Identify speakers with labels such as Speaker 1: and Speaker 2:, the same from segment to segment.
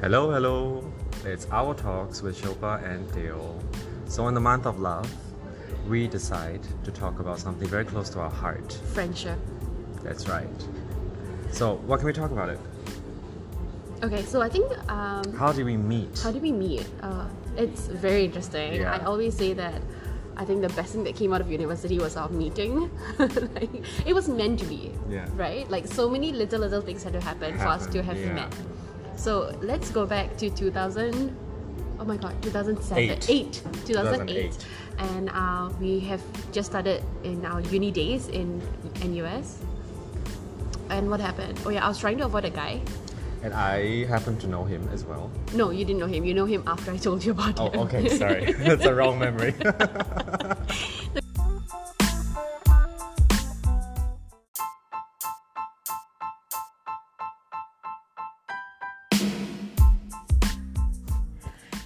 Speaker 1: Hello, hello. It's our talks with Shilpa and Theo. So, in the month of love, we decide to talk about something very close to our heart.
Speaker 2: friendship.
Speaker 1: That's right. So, what can we talk about it?
Speaker 2: Okay, so I think um,
Speaker 1: How did we meet?
Speaker 2: how did we meet? Uh, it's very interesting.
Speaker 1: Yeah.
Speaker 2: I always say that I think the best thing that came out of university was our meeting. like, it was meant to be,
Speaker 1: Yeah.
Speaker 2: right? Like so many little little things had to happen, for us to
Speaker 1: Happen,
Speaker 2: have
Speaker 1: yeah.
Speaker 2: met. So let's go back to 2000. Oh my god, 2007,
Speaker 1: Eight.
Speaker 2: 8, 2008.
Speaker 1: 2008.
Speaker 2: And uh, we have just started in our uni days in NUS. And what happened? Oh yeah, I was trying to avoid a guy.
Speaker 1: and I happen to know him as well.
Speaker 2: No, you didn't know him. You know him after I told you about
Speaker 1: Oh,
Speaker 2: him.
Speaker 1: okay, sorry. That's a wrong memory.
Speaker 3: Hello,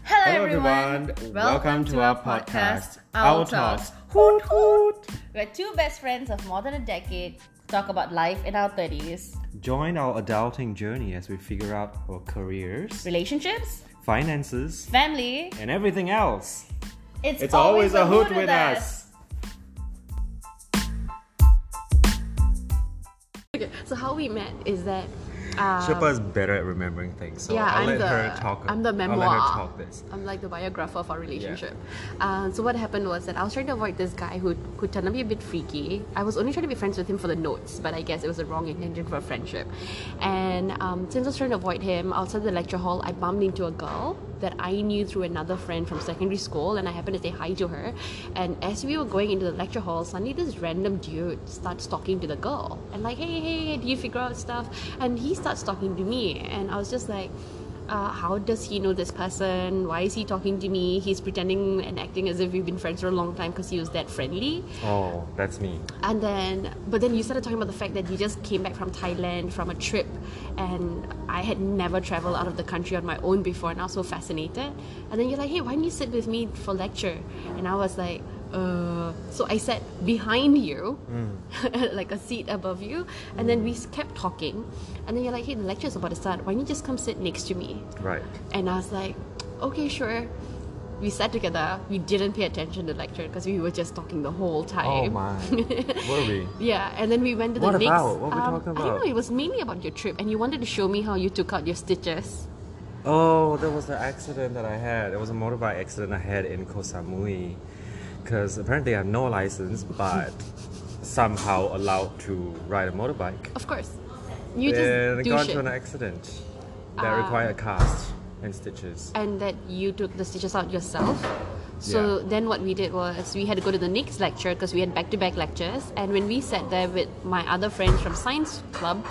Speaker 1: Hello,
Speaker 3: everyone.
Speaker 1: everyone. Welcome to our podcast, Our Talks.
Speaker 3: Hoot Hoot. We're two best friends of more than a decade talk about life in our 30s,
Speaker 1: Join our adulting journey as we figure out our careers,
Speaker 3: relationships,
Speaker 1: finances,
Speaker 3: family.
Speaker 1: and everything else.
Speaker 3: It's,
Speaker 1: It's always a hoot with us.
Speaker 2: Okay, So how we met is that uh,
Speaker 1: Shilpa is better at remembering things, so
Speaker 2: yeah,
Speaker 1: I'll
Speaker 2: am
Speaker 1: let
Speaker 2: the
Speaker 1: her talk.
Speaker 2: I'm the
Speaker 1: I'll
Speaker 2: memoir.
Speaker 1: let her talk this.
Speaker 2: I'm like the biographer of our relationship. Uh, so what happened was that I was trying to avoid this guy who who turned out to be a bit freaky. I was only trying to be friends with him for the notes, but I guess it was the wrong intention for a friendship. And um, since I was trying to avoid him outside the lecture hall, I bumped into a girl that I knew through another friend from secondary school, and I happened to say hi to her. And as we were going into the lecture hall, suddenly this random dude starts talking to the girl and like, hey, hey, hey, do you figure out stuff? And he starts talking to me, and I was just like uh, how does he know this person? Why is he talking to me? He's pretending and acting as if we've been friends for a long time because he was that friendly.
Speaker 1: Oh, that's me.
Speaker 2: And then, but then you started talking about the fact that you just came back from Thailand from a trip, and I had never traveled out of the country on my own before, and I was so fascinated. And then you're like, hey, why don't you sit with me for lecture? And I was like, uh, so I sat behind you, like a seat above you, and then we s- kept talking. And then you're like, hey, the lecture's about to start. Why don't you just come sit next to me?
Speaker 1: Right.
Speaker 2: And I was like, okay, sure. We sat together. We didn't pay attention to lecture because we were just talking the whole
Speaker 1: Oh
Speaker 2: time.
Speaker 1: my. Were we?
Speaker 2: Yeah, and then we went to the
Speaker 1: What
Speaker 2: next.
Speaker 1: about? What we
Speaker 2: um,
Speaker 1: talking
Speaker 2: I don't
Speaker 1: about?
Speaker 2: know. It was mainly about your trip, and you wanted to show me how you took out your stitches.
Speaker 1: Oh, there was the accident that I had. It was a motorbike accident I had in Koh Samui. Because apparently I have no license, but somehow allowed to ride a motorbike.
Speaker 2: Of course, you
Speaker 1: and I
Speaker 2: just do
Speaker 1: got
Speaker 2: shit,
Speaker 1: into an accident that
Speaker 2: Ah.
Speaker 1: required a cast and stitches.
Speaker 2: and that you took the stitches out yourself. So
Speaker 1: Yeah.
Speaker 2: then what we did was we had to go to the next lecture because we had back-to-back lectures, and when we sat there with my other friends from science club.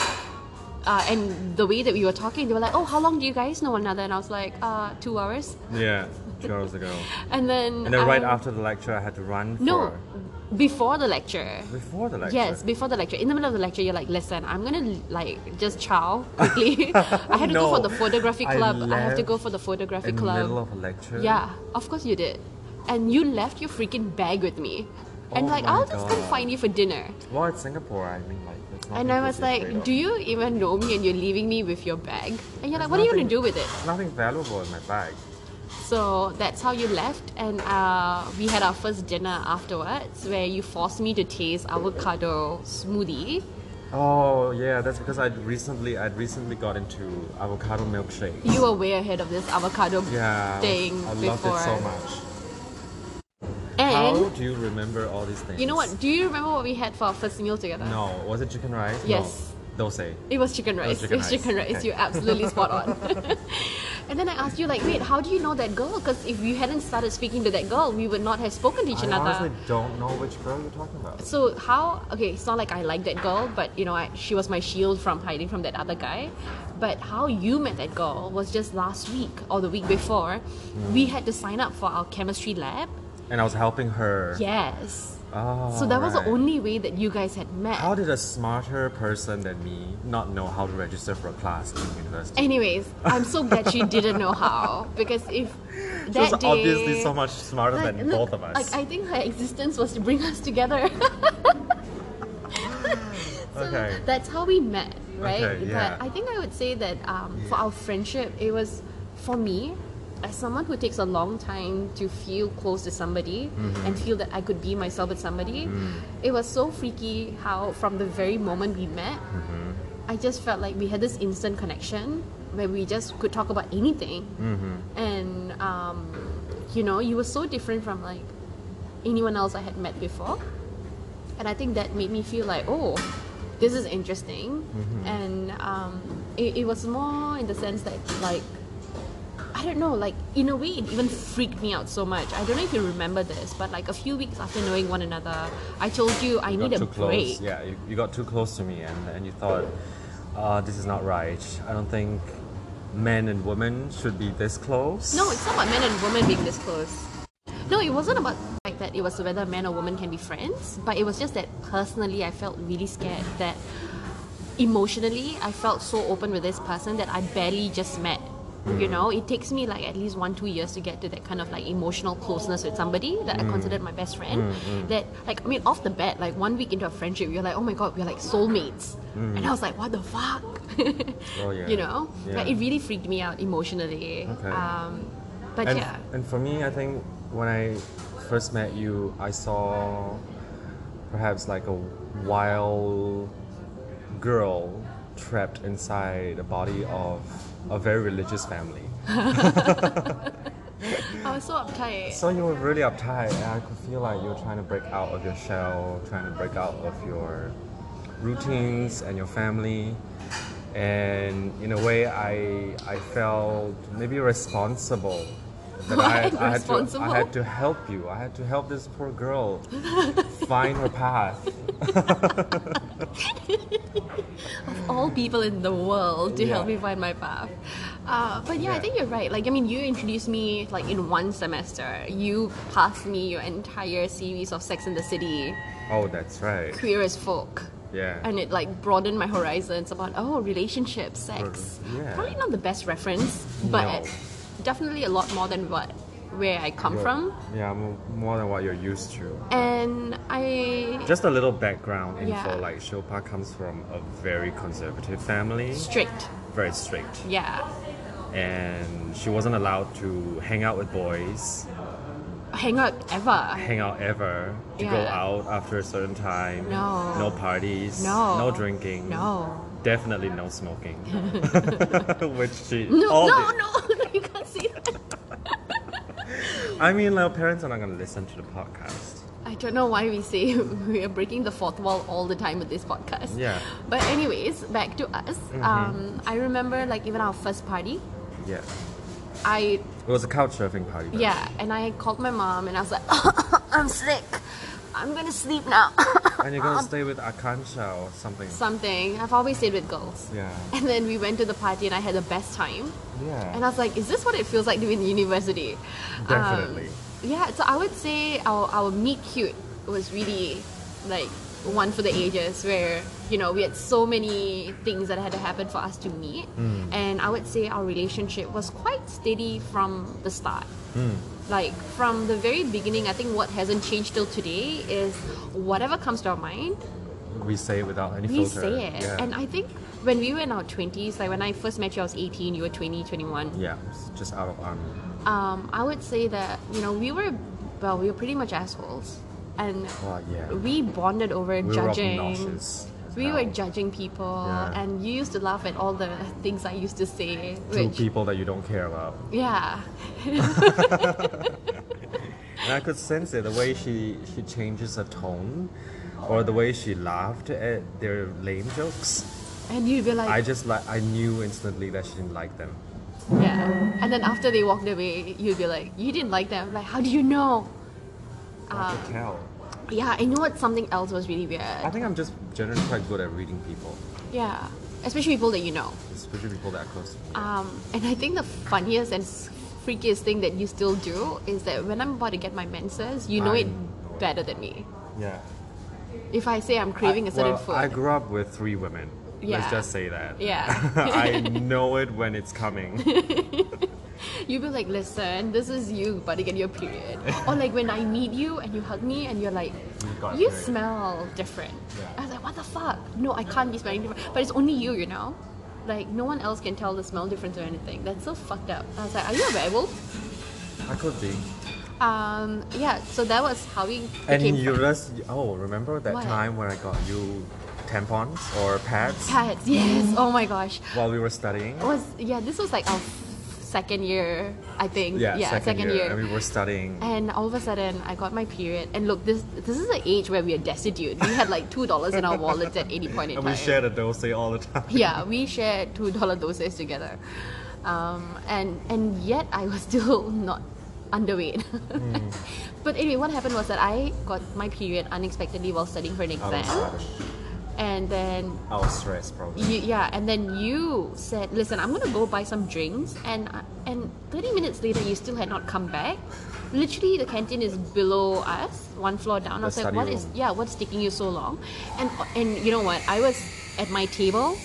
Speaker 2: Uh, and the way that we were talking, they were like, "Oh, how long do you guys know one another?" And I was like, "Uh, two hours."
Speaker 1: Yeah, two hours ago.
Speaker 2: And then,
Speaker 1: And then right
Speaker 2: I-
Speaker 1: after the lecture, I had to run
Speaker 2: Um, no,
Speaker 1: for.
Speaker 2: before the lecture,
Speaker 1: Before the lecture?
Speaker 2: Yes, before the lecture. In the middle of the lecture, you're like, listen, I'm gonna like just chow quickly. I had to go
Speaker 1: No.
Speaker 2: for the photography
Speaker 1: I
Speaker 2: club. I, have to
Speaker 1: left
Speaker 2: go for the photography
Speaker 1: In the
Speaker 2: club.
Speaker 1: middle of a lecture?
Speaker 2: yeah, of course you did. And you left your freaking bag with me. And
Speaker 1: Oh
Speaker 2: like,
Speaker 1: my
Speaker 2: I'll just come
Speaker 1: God.
Speaker 2: find you for dinner.
Speaker 1: Well, it's Singapore, I mean, like, it's
Speaker 2: and I was like, do you even know me and you're leaving me with your bag? And you're like, what are you gonna do with it?
Speaker 1: Nothing valuable in my bag.
Speaker 2: So that's how you left, and uh, we had our first dinner afterwards, where you forced me to taste avocado smoothie.
Speaker 1: Oh yeah, that's because I recently I'd recently got into avocado milkshake.
Speaker 2: You were way ahead of this avocado
Speaker 1: Yeah, I was-
Speaker 2: thing
Speaker 1: I loved
Speaker 2: before.
Speaker 1: it so much. How
Speaker 2: And
Speaker 1: do you remember all these things?
Speaker 2: you know what? Do you remember what we had for our first meal together?
Speaker 1: No, was it chicken rice?
Speaker 2: Yes.
Speaker 1: No, dosai.
Speaker 2: It was chicken rice.
Speaker 1: chicken
Speaker 2: It
Speaker 1: rice.
Speaker 2: was chicken rice.
Speaker 1: Okay.
Speaker 2: You're absolutely spot on. and then I asked you, like, wait, how do you know that girl? Because if you hadn't started speaking to that girl, we would not have spoken to each
Speaker 1: I
Speaker 2: another.
Speaker 1: honestly don't know which girl you're talking about.
Speaker 2: So how? Okay, it's not like I like that girl, but you know, I, she was my shield from hiding from that other guy. But how you met that girl was just last week or the week before.
Speaker 1: Hmm.
Speaker 2: We had to sign up for our chemistry lab.
Speaker 1: And I was helping her.
Speaker 2: Yes.
Speaker 1: Oh,
Speaker 2: So that was the
Speaker 1: right.
Speaker 2: only way that you guys had met.
Speaker 1: How did a smarter person than me not know how to register for a class in university?
Speaker 2: Anyways, I'm so glad she didn't know how because if that
Speaker 1: She was
Speaker 2: day,
Speaker 1: obviously so much smarter
Speaker 2: like,
Speaker 1: than
Speaker 2: look,
Speaker 1: both of us.
Speaker 2: Like I think her existence was to bring us together. So
Speaker 1: okay.
Speaker 2: that's how we met, right?
Speaker 1: Okay, yeah.
Speaker 2: But I think I would say that um, for our friendship, it was for me, as someone who takes a long time to feel close to somebody
Speaker 1: Mm-hmm.
Speaker 2: and feel that I could be myself with somebody, it was so freaky how from the very moment we met,
Speaker 1: Mm-hmm.
Speaker 2: I just felt like we had this instant connection where we just could talk about anything.
Speaker 1: Mm-hmm.
Speaker 2: And, um, you know, you were so different from like anyone else I had met before. And I think that made me feel like, oh, this is interesting.
Speaker 1: Mm-hmm.
Speaker 2: And um, it, it was more in the sense that, like, I don't know, like, in a way, it even freaked me out so much. I don't know if you remember this, but like a few weeks after knowing one another, I told you I
Speaker 1: You
Speaker 2: need
Speaker 1: got
Speaker 2: a
Speaker 1: too
Speaker 2: break.
Speaker 1: close. Yeah, you, you got too close to me, and, and you thought, uh, this is not right. I don't think men and women should be this close.
Speaker 2: No, it's not about men and women being this close. No, it wasn't about the fact that it was whether a man or woman can be friends, but it was just that personally I felt really scared that emotionally I felt so open with this person that I barely just met. You know, it takes me like at least one, two years to get to that kind of like emotional closeness with somebody that
Speaker 1: Mm.
Speaker 2: I considered my best friend. That like I mean off the bat, like one week into a friendship, you're like, Oh my god, we're like soulmates. And I was like, What the fuck?
Speaker 1: Mm. Oh, yeah.
Speaker 2: You know? Like
Speaker 1: Yeah.
Speaker 2: it really freaked me out emotionally.
Speaker 1: Okay.
Speaker 2: Um but
Speaker 1: and,
Speaker 2: yeah.
Speaker 1: and for me, I think when I first met you, I saw perhaps like a wild girl trapped inside the body of a very religious family.
Speaker 2: I was so uptight.
Speaker 1: So you were really uptight, and I could feel like you were trying to break out of your shell, trying to break out of your routines and your family. And in a way, I I felt maybe responsible that I,
Speaker 2: What?
Speaker 1: I had to
Speaker 2: Responsible?
Speaker 1: I had to help you. I had to help this poor girl find her path.
Speaker 2: all people in the world to help
Speaker 1: Yeah.
Speaker 2: me find my path. Uh, but yeah, I
Speaker 1: Yeah.
Speaker 2: think you're right. Like, I mean, you introduced me like in one semester. You passed me your entire series of Sex in the City,
Speaker 1: Oh, that's right.
Speaker 2: Queer as Folk.
Speaker 1: Yeah.
Speaker 2: And it like broadened my horizons about oh relationships, sex.
Speaker 1: Sure, yeah.
Speaker 2: Probably not the best reference, but
Speaker 1: No.
Speaker 2: definitely a lot more than what where I come
Speaker 1: You're-
Speaker 2: from.
Speaker 1: Yeah, mo- more than what you're used to.
Speaker 2: And I
Speaker 1: Just a little background info.
Speaker 2: Yeah.
Speaker 1: Like Shilpa comes from a very conservative family,
Speaker 2: strict.
Speaker 1: very strict.
Speaker 2: Yeah.
Speaker 1: and she wasn't allowed to hang out with boys,
Speaker 2: Hang out ever.
Speaker 1: hang out ever, to go
Speaker 2: Yeah.
Speaker 1: out after a certain time.
Speaker 2: No.
Speaker 1: No parties.
Speaker 2: No.
Speaker 1: drinking.
Speaker 2: No.
Speaker 1: Definitely no smoking. Which she
Speaker 2: No,
Speaker 1: all
Speaker 2: no,
Speaker 1: did.
Speaker 2: no, you can't say that.
Speaker 1: I mean, our parents are not going to listen to the podcast.
Speaker 2: I don't know why we say we are breaking the fourth wall all the time with this podcast.
Speaker 1: Yeah. Mm-hmm.
Speaker 2: But anyways, back to us. Um, I remember like even our first party,
Speaker 1: Yeah.
Speaker 2: I
Speaker 1: It was a couch surfing party. but-
Speaker 2: yeah, and I called my mom and I was like, I'm sick. I'm gonna sleep now.
Speaker 1: And you're going
Speaker 2: Um,
Speaker 1: to stay with Akansha or something.
Speaker 2: Something. I've always stayed with girls.
Speaker 1: Yeah.
Speaker 2: And then we went to the party and I had the best time.
Speaker 1: Yeah.
Speaker 2: And I was like, is this what it feels like to be in university? Um,
Speaker 1: Definitely.
Speaker 2: yeah, so I would say our, our meet cute was really like one for the ages where, you know, we had so many things that had to happen for us to meet.
Speaker 1: Hmm.
Speaker 2: And I would say our relationship was quite steady from the start.
Speaker 1: Hmm.
Speaker 2: Like from the very beginning, I think what hasn't changed till today is whatever comes to our mind,
Speaker 1: we say it without any
Speaker 2: we
Speaker 1: filter.
Speaker 2: say it.
Speaker 1: Yeah.
Speaker 2: And I think when we were in our 20s, like when I first met you, I was 18, you were 20, 21.
Speaker 1: yeah. it's Just out of army.
Speaker 2: Um, I would say that, you know, we were, well, we were pretty much assholes. And
Speaker 1: Well, yeah.
Speaker 2: we bonded over
Speaker 1: We were
Speaker 2: judging.
Speaker 1: obnoxious as
Speaker 2: we
Speaker 1: well.
Speaker 2: were judging people,
Speaker 1: Yeah.
Speaker 2: and you used to laugh at all the things I used to say.
Speaker 1: Two
Speaker 2: Which,
Speaker 1: people that you don't care about.
Speaker 2: yeah,
Speaker 1: And I could sense it the way she she changes her tone, or the way she laughed at their lame jokes.
Speaker 2: and you'd be like,
Speaker 1: I just like I knew instantly that she didn't like them.
Speaker 2: Yeah. And then after they walked away, you'd be like, you didn't like them. Like, how do you know? Ah.
Speaker 1: I could tell.
Speaker 2: Yeah, I know what something else was really
Speaker 1: I
Speaker 2: weird.
Speaker 1: think I'm just generally quite good at reading people,
Speaker 2: Yeah. Especially people that you know.
Speaker 1: especially people that are close to me.
Speaker 2: Um, and I think the funniest and s- freakiest thing that you still do is that when I'm about to get my menses, you know
Speaker 1: I
Speaker 2: it
Speaker 1: know it.
Speaker 2: better than me.
Speaker 1: Yeah.
Speaker 2: If I say I'm craving a
Speaker 1: I,
Speaker 2: certain
Speaker 1: well,
Speaker 2: food,
Speaker 1: I grew up with three women.
Speaker 2: Yeah.
Speaker 1: Let's just say that.
Speaker 2: Yeah.
Speaker 1: I know it when it's coming.
Speaker 2: you be like, listen, this is you about to get your period. or like when I meet you and you hug me and you're like,
Speaker 1: You got a
Speaker 2: you
Speaker 1: period."
Speaker 2: smell different.
Speaker 1: Yeah.
Speaker 2: I was like, what the fuck? No, I can't be smelling different. But it's only you, you know? Like no one else can tell the smell difference or anything. That's so fucked up. I was like, are you a werewolf?
Speaker 1: I could be.
Speaker 2: Um, yeah. So that was how we
Speaker 1: And
Speaker 2: became
Speaker 1: you just oh, remember that
Speaker 2: What?
Speaker 1: time when I got you tampons or pads
Speaker 2: pets. Yes. Oh my gosh.
Speaker 1: while we were studying?
Speaker 2: It was yeah. This was like our f- second year, I think.
Speaker 1: Yeah,
Speaker 2: second, year.
Speaker 1: And we were studying.
Speaker 2: And all of a sudden, I got my period. And look, this this is the age where we are destitute. We had like two dollars in our wallets at any point in
Speaker 1: And
Speaker 2: time.
Speaker 1: we shared a dossier all the time.
Speaker 2: Yeah, we shared two dollar doses together, um, and and yet I was still not underweight.
Speaker 1: Hmm.
Speaker 2: but anyway, what happened was that I got my period unexpectedly while studying for an
Speaker 1: I was,
Speaker 2: exam, and then
Speaker 1: I was stressed probably.
Speaker 2: you, yeah, and then you said, "Listen, I'm gonna go buy some drinks," and and 30 minutes later, you still had not come back. Literally, the canteen is below us, one floor down. I
Speaker 1: The
Speaker 2: was like,
Speaker 1: study
Speaker 2: "What is?
Speaker 1: room.
Speaker 2: Yeah, what's taking you so long?" And and you know what? I was at my table.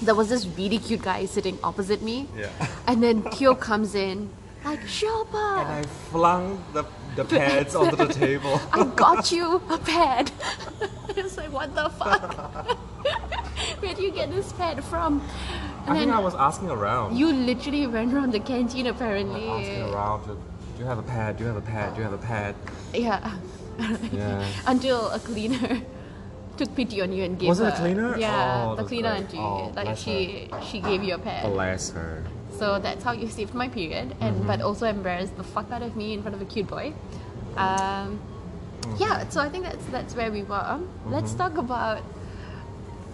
Speaker 2: There was this really cute guy sitting opposite me.
Speaker 1: Yeah.
Speaker 2: And then Teo comes in, like, "Shilpa,
Speaker 1: And I flung the, the pads onto the table.
Speaker 2: I got you a pad. it's like, what the fuck? Where do you get this pad from? And
Speaker 1: I
Speaker 2: then
Speaker 1: think I was asking around.
Speaker 2: you literally went around the canteen apparently.
Speaker 1: asking around. To, do you have a pad? Do you have a pad? Do you have a pad?
Speaker 2: Yeah.
Speaker 1: Yeah.
Speaker 2: Until a cleaner took pity on you and gave
Speaker 1: Was it
Speaker 2: her.
Speaker 1: a cleaner?
Speaker 2: Yeah,
Speaker 1: Oh,
Speaker 2: the
Speaker 1: that's
Speaker 2: cleaner
Speaker 1: great.
Speaker 2: auntie.
Speaker 1: Oh,
Speaker 2: like
Speaker 1: bless
Speaker 2: she she gave you a pad.
Speaker 1: Bless her. Mm-hmm.
Speaker 2: So that's how you saved my period, and but also embarrassed the fuck out of me in front of a cute boy. Um,
Speaker 1: Mm-hmm.
Speaker 2: Yeah, so I think that's that's where we were. Let's talk about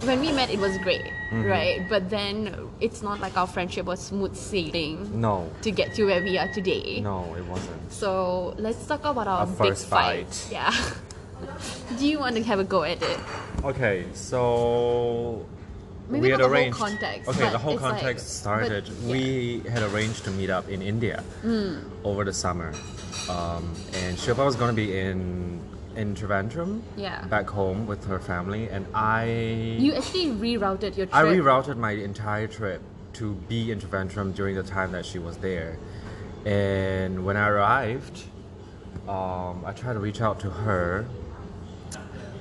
Speaker 2: when we met. It was great,
Speaker 1: Mm-hmm.
Speaker 2: right? But then it's not like our friendship was smooth sailing
Speaker 1: No.
Speaker 2: to get to where we are today.
Speaker 1: No, it wasn't.
Speaker 2: So let's talk about our,
Speaker 1: Our
Speaker 2: big
Speaker 1: first
Speaker 2: fight.
Speaker 1: fight.
Speaker 2: Yeah. Do you want to have a go at it?
Speaker 1: Okay, so
Speaker 2: Maybe
Speaker 1: we
Speaker 2: not
Speaker 1: had
Speaker 2: the whole
Speaker 1: arranged.
Speaker 2: context,
Speaker 1: okay,
Speaker 2: but
Speaker 1: the whole
Speaker 2: it's like-
Speaker 1: context
Speaker 2: but-
Speaker 1: started. We had arranged to meet up in India
Speaker 2: Hmm.
Speaker 1: over the summer, um, and Shilpa was going to be in in Trivandrum,
Speaker 2: Yeah.
Speaker 1: back home with her family, and I
Speaker 2: You actually rerouted your trip.
Speaker 1: I rerouted my entire trip to be in Trivandrum during the time that she was there. And when I arrived, um, I tried to reach out to her.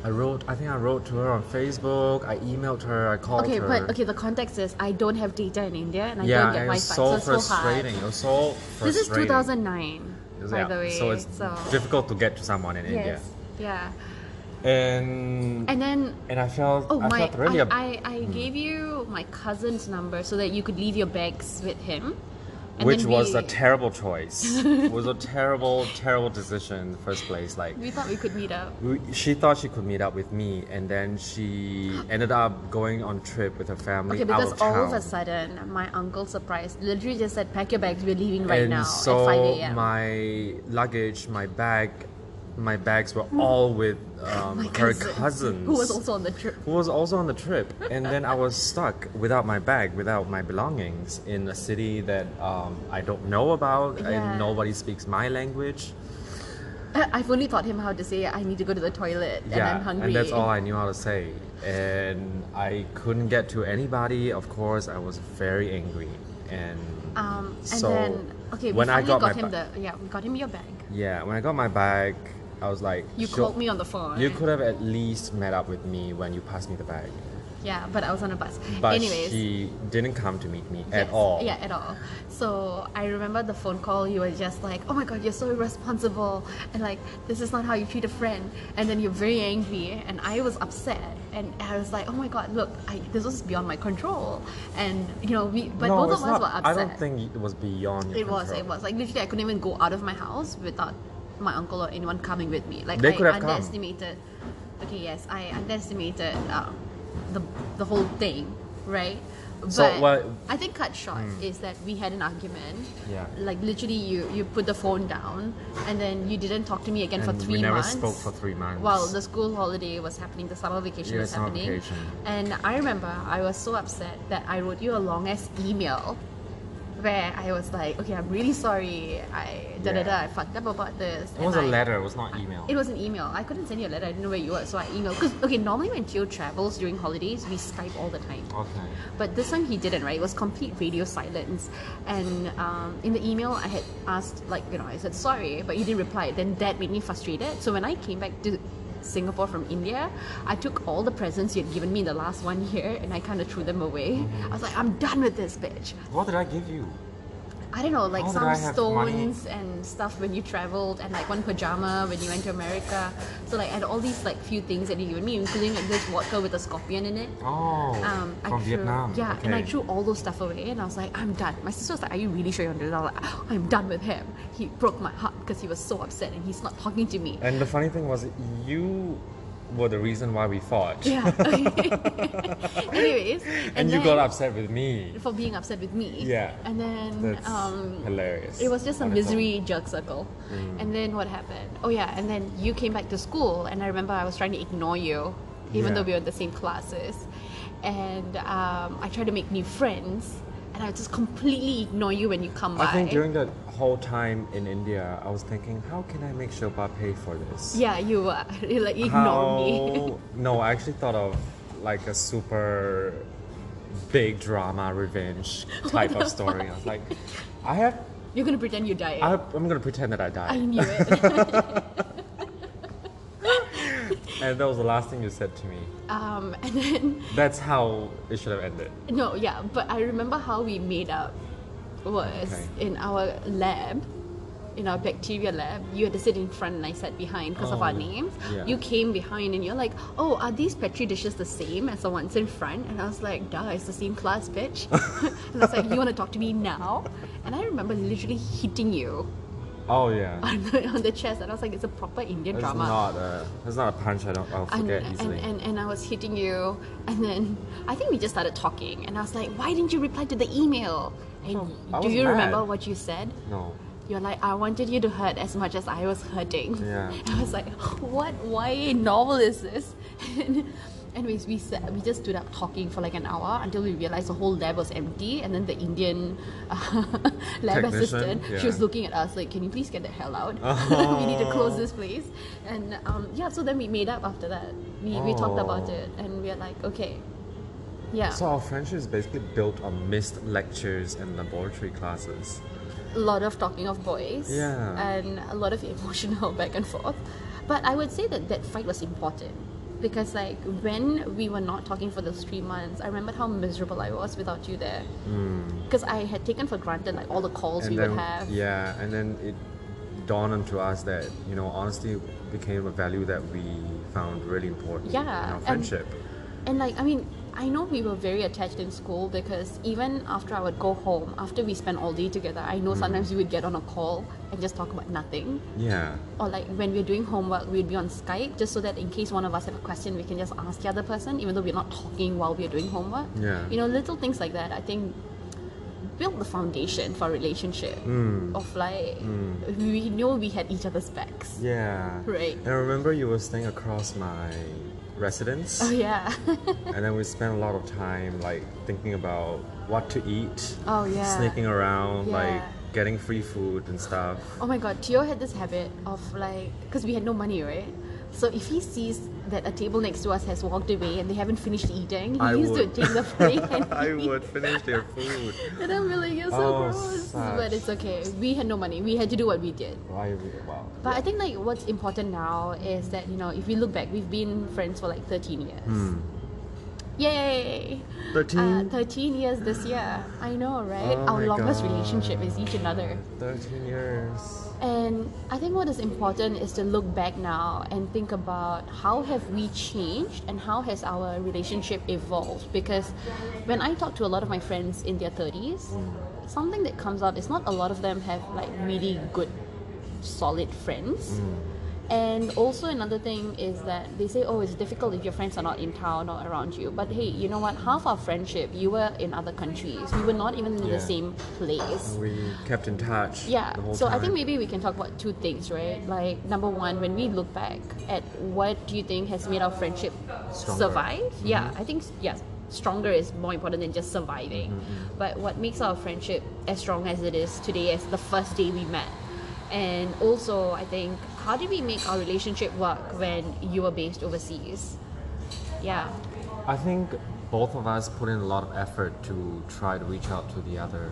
Speaker 1: I wrote, I think I wrote to her on Facebook. I emailed her. I called
Speaker 2: Okay,
Speaker 1: her.
Speaker 2: but okay. The context is I don't have data in India and I
Speaker 1: yeah,
Speaker 2: don't get
Speaker 1: and it
Speaker 2: Wi-Fi,
Speaker 1: was so,
Speaker 2: so it's so hard.
Speaker 1: frustrating. It was so frustrating.
Speaker 2: This is 2009, by
Speaker 1: Yeah,
Speaker 2: the way.
Speaker 1: So it's difficult to get to someone in India.
Speaker 2: yes, yeah.
Speaker 1: And
Speaker 2: And then,
Speaker 1: and I felt
Speaker 2: oh
Speaker 1: I
Speaker 2: my,
Speaker 1: felt really
Speaker 2: I,
Speaker 1: ab- Hmm.
Speaker 2: I, I gave you my cousin's number so that you could leave your bags with him. And
Speaker 1: Which
Speaker 2: then
Speaker 1: was
Speaker 2: we,
Speaker 1: a terrible choice. it was a terrible, terrible decision in the first place. Like,
Speaker 2: we thought we could meet up.
Speaker 1: we, she thought she could meet up with me, and then she ended up going on trip with her family
Speaker 2: Okay,
Speaker 1: out of
Speaker 2: because
Speaker 1: town.
Speaker 2: all of a sudden, my uncle surprised, literally just said, "Pack your bags. We're leaving right
Speaker 1: and
Speaker 2: now
Speaker 1: so
Speaker 2: at 5 a.m."
Speaker 1: my luggage, my bag, my bags were all with um,
Speaker 2: My
Speaker 1: her
Speaker 2: cousin,
Speaker 1: cousins,
Speaker 2: who was also on the trip.
Speaker 1: who was also on the trip. And then I was stuck without my bag, without my belongings, in a city that um, I don't know about,
Speaker 2: Yeah.
Speaker 1: and nobody speaks my language.
Speaker 2: I- I've only taught him how to say, "I need to go to the toilet and I'm hungry."
Speaker 1: And that's all I knew how to say. And I couldn't get to anybody. Of course, I was very angry. And
Speaker 2: Um, and
Speaker 1: so
Speaker 2: then, okay, we
Speaker 1: when I
Speaker 2: finally
Speaker 1: got,
Speaker 2: got,
Speaker 1: my
Speaker 2: him
Speaker 1: ba-
Speaker 2: the yeah, we got him your bag.
Speaker 1: yeah, when I got my bag, I was like,
Speaker 2: You
Speaker 1: "Sure,
Speaker 2: called me on the phone.
Speaker 1: You could have at least met up with me when you passed me the bag,
Speaker 2: Yeah, but I was on a bus.
Speaker 1: but
Speaker 2: Anyways,
Speaker 1: she didn't come to meet me at
Speaker 2: yes,
Speaker 1: all.
Speaker 2: Yeah, at all. So I remember the phone call. You were just like, "Oh my god, you're so irresponsible," and like, "This is not how you treat a friend." And then you're very angry, and I was upset, and I was like, "Oh my god, look, I, this was beyond my control," and you know, we but
Speaker 1: no,
Speaker 2: both
Speaker 1: it's
Speaker 2: of
Speaker 1: not,
Speaker 2: us were upset.
Speaker 1: I don't think it was beyond your
Speaker 2: It was,
Speaker 1: control.
Speaker 2: it was. Like literally I couldn't even go out of my house without my uncle or anyone coming with me. Like
Speaker 1: They
Speaker 2: I
Speaker 1: could have come.
Speaker 2: underestimated okay, yes, I underestimated um, the the whole thing, right? But
Speaker 1: So what-
Speaker 2: I think cut short is that we had an argument.
Speaker 1: Yeah.
Speaker 2: Like literally you you put the phone down and then you didn't talk to me again for
Speaker 1: And we
Speaker 2: three
Speaker 1: never
Speaker 2: months.
Speaker 1: spoke for three months.
Speaker 2: While the school holiday was happening, the summer vacation
Speaker 1: Yeah,
Speaker 2: was
Speaker 1: summer
Speaker 2: happening.
Speaker 1: vacation.
Speaker 2: And I remember I was so upset that I wrote you a long ass email where I was like, okay, I'm really sorry. I da da da.
Speaker 1: Yeah.
Speaker 2: I fucked up about this.
Speaker 1: It was
Speaker 2: and
Speaker 1: a
Speaker 2: I-
Speaker 1: letter. It was not email.
Speaker 2: It was an email. I couldn't send you a letter. I didn't know where you were, so I emailed. Because okay, normally when Teo travels during holidays, we Skype all the time.
Speaker 1: okay.
Speaker 2: But this time he didn't, right? It was complete radio silence. And um, in the email, I had asked, like, you know, I said sorry, but you didn't reply. Then that made me frustrated. So when I came back to Singapore from India, I took all the presents you had given me in the last one year and I kind of threw them away.
Speaker 1: Mm-hmm.
Speaker 2: I was like, I'm done with this bitch.
Speaker 1: What did I give you?
Speaker 2: I don't know, like
Speaker 1: How did
Speaker 2: some
Speaker 1: I have money?
Speaker 2: stones and stuff when you traveled, and like one pajama when you went to America. So like, I had all these like few things that you given me, including like this vodka with a scorpion in it.
Speaker 1: Oh,
Speaker 2: I
Speaker 1: from
Speaker 2: threw-
Speaker 1: Vietnam.
Speaker 2: Um, Yeah,
Speaker 1: okay.
Speaker 2: and I threw all those stuff away, and I was like, I'm done. My sister was like, Are you really sure you're done? I was like, I'm done with him. He broke my heart because he was so upset and he's not talking to me.
Speaker 1: And the funny thing was, you were the reason why we fought.
Speaker 2: Yeah. Anyways,
Speaker 1: And, you got upset with me.
Speaker 2: for being upset with me.
Speaker 1: Yeah.
Speaker 2: And then
Speaker 1: That's
Speaker 2: um,
Speaker 1: hilarious.
Speaker 2: It was just a
Speaker 1: on its own.
Speaker 2: misery jerk circle.
Speaker 1: Mm.
Speaker 2: And then what happened? Oh yeah, and then you came back to school, and I remember I was trying to ignore you, even
Speaker 1: Yeah.
Speaker 2: though we were in the same classes. And um, I tried to make new friends, and I just completely ignore you when you come by.
Speaker 1: I think during that whole time in India, I was thinking, how can I make Shilpa pay for this?
Speaker 2: yeah, you were you, like ignore me.
Speaker 1: How- no, I actually thought of like a super big drama revenge type of story. I was like, I have.
Speaker 2: You're gonna pretend you died.
Speaker 1: I, I'm gonna pretend that I died.
Speaker 2: I knew it.
Speaker 1: And that was the last thing you said to me.
Speaker 2: um, and then
Speaker 1: That's how it should have ended.
Speaker 2: No, yeah, but I remember how we made up was
Speaker 1: Okay.
Speaker 2: in our lab, in our bacteria lab. You had to sit in front and I sat behind because of our
Speaker 1: Oh,
Speaker 2: names.
Speaker 1: yeah.
Speaker 2: You came behind and you're like, oh, are these petri dishes the same as the ones in front? And I was like, duh, it's the same class, bitch. and I was like, you want to talk to me now? And I remember literally hitting you
Speaker 1: Oh yeah.
Speaker 2: on the, on the chest. And I was like, it's a proper Indian
Speaker 1: It's
Speaker 2: drama.
Speaker 1: not a. It's not a punch. I don't. I'll
Speaker 2: And,
Speaker 1: forget
Speaker 2: and,
Speaker 1: easily.
Speaker 2: and, and I was hitting you, and then I think we just started talking, and I was like, "Why didn't you reply to the email?" And
Speaker 1: Oh, I
Speaker 2: do
Speaker 1: was
Speaker 2: you
Speaker 1: mad.
Speaker 2: remember what you said?
Speaker 1: no.
Speaker 2: You're like, "I wanted you to hurt as much as I was hurting."
Speaker 1: Yeah.
Speaker 2: I was like, "What YA novel is this?" Anyways, we sat, we just stood up talking for like an hour until we realized the whole lab was empty, and then the Indian uh, lab
Speaker 1: Technician,
Speaker 2: assistant she
Speaker 1: yeah.
Speaker 2: was looking at us like, "Can you please get the hell out? we need to close
Speaker 1: Oh.
Speaker 2: this place." And um, yeah, so then we made up after that. We, we talked about
Speaker 1: Oh.
Speaker 2: it, and we are like, "Okay, yeah,
Speaker 1: So our friendship is basically built on missed lectures and laboratory classes.
Speaker 2: a lot of talking of boys
Speaker 1: Yeah.
Speaker 2: and a lot of emotional back and forth but i would say that that fight was important because like when we were not talking for those three months i remembered how miserable i was without you there because i had taken for granted like all the calls we
Speaker 1: Hmm. then
Speaker 2: would have
Speaker 1: yeah, and then it dawned onto us that you know honesty became a value that we found really important in
Speaker 2: Yeah,
Speaker 1: our
Speaker 2: and-
Speaker 1: friendship.
Speaker 2: And like, I mean, I know we were very attached in school because even after I would go home, after we spent all day together, I
Speaker 1: Hmm.
Speaker 2: know sometimes we would get on a call and just talk about nothing.
Speaker 1: yeah.
Speaker 2: Or like when we're doing homework, we'd be on Skype just so that in case one of us have a question, we can just ask the other person, even though we're not talking while we're doing homework.
Speaker 1: Yeah.
Speaker 2: You know, little things like that. I think build the foundation for a relationship
Speaker 1: Hmm.
Speaker 2: of like we know we had each other's backs.
Speaker 1: Yeah.
Speaker 2: Right.
Speaker 1: And I remember you were staying across my residence.
Speaker 2: Oh yeah.
Speaker 1: and then we spent a lot of time like thinking about what to eat
Speaker 2: Oh, yeah.
Speaker 1: sneaking around like
Speaker 2: Yeah.
Speaker 1: getting free food and stuff
Speaker 2: Oh my god, Tio had this habit of like, because we had no money, right? So if he sees that a table next to us has walked away and they haven't finished eating, he
Speaker 1: I
Speaker 2: used
Speaker 1: would.
Speaker 2: to take the plate and
Speaker 1: i
Speaker 2: eat.
Speaker 1: would finish their food
Speaker 2: And I'm like, you're so
Speaker 1: Oh,
Speaker 2: gross.
Speaker 1: such.
Speaker 2: But it's okay. We had no money. We had to do what we did.
Speaker 1: why we- wow
Speaker 2: But I think like what's important now is that, you know, if we look back, we've been friends for like 13 years.
Speaker 1: Hmm.
Speaker 2: Yay! Uh,
Speaker 1: 13
Speaker 2: 13 years this year. I know, right?
Speaker 1: Oh
Speaker 2: Our
Speaker 1: my
Speaker 2: longest
Speaker 1: God.
Speaker 2: relationship is each another.
Speaker 1: 13 years
Speaker 2: And I think what is important is to look back now and think about how have we changed and how has our relationship evolved because when I talk to a lot of my friends in their 30s something that comes out is not a lot of them have like really good solid friends and also another thing is that they say oh it's difficult if your friends are not in town or around you but hey you know what half our friendship you were in other countries we were not even in the
Speaker 1: Yeah.
Speaker 2: same place
Speaker 1: we kept in touch
Speaker 2: yeah.
Speaker 1: the whole
Speaker 2: So I
Speaker 1: time.
Speaker 2: think maybe we can talk about two things, right? Like number one, when we look back at what do you think has made our friendship
Speaker 1: Stronger. Mm-hmm.
Speaker 2: survive? Yeah, I think yes, stronger is more important than just surviving.
Speaker 1: Mm-hmm,
Speaker 2: But what makes our friendship as strong as it is today as the first day we met? And also, I think how did we make our relationship work when you were based overseas? Yeah.
Speaker 1: I think both of us put in a lot of effort to try to reach out to the other.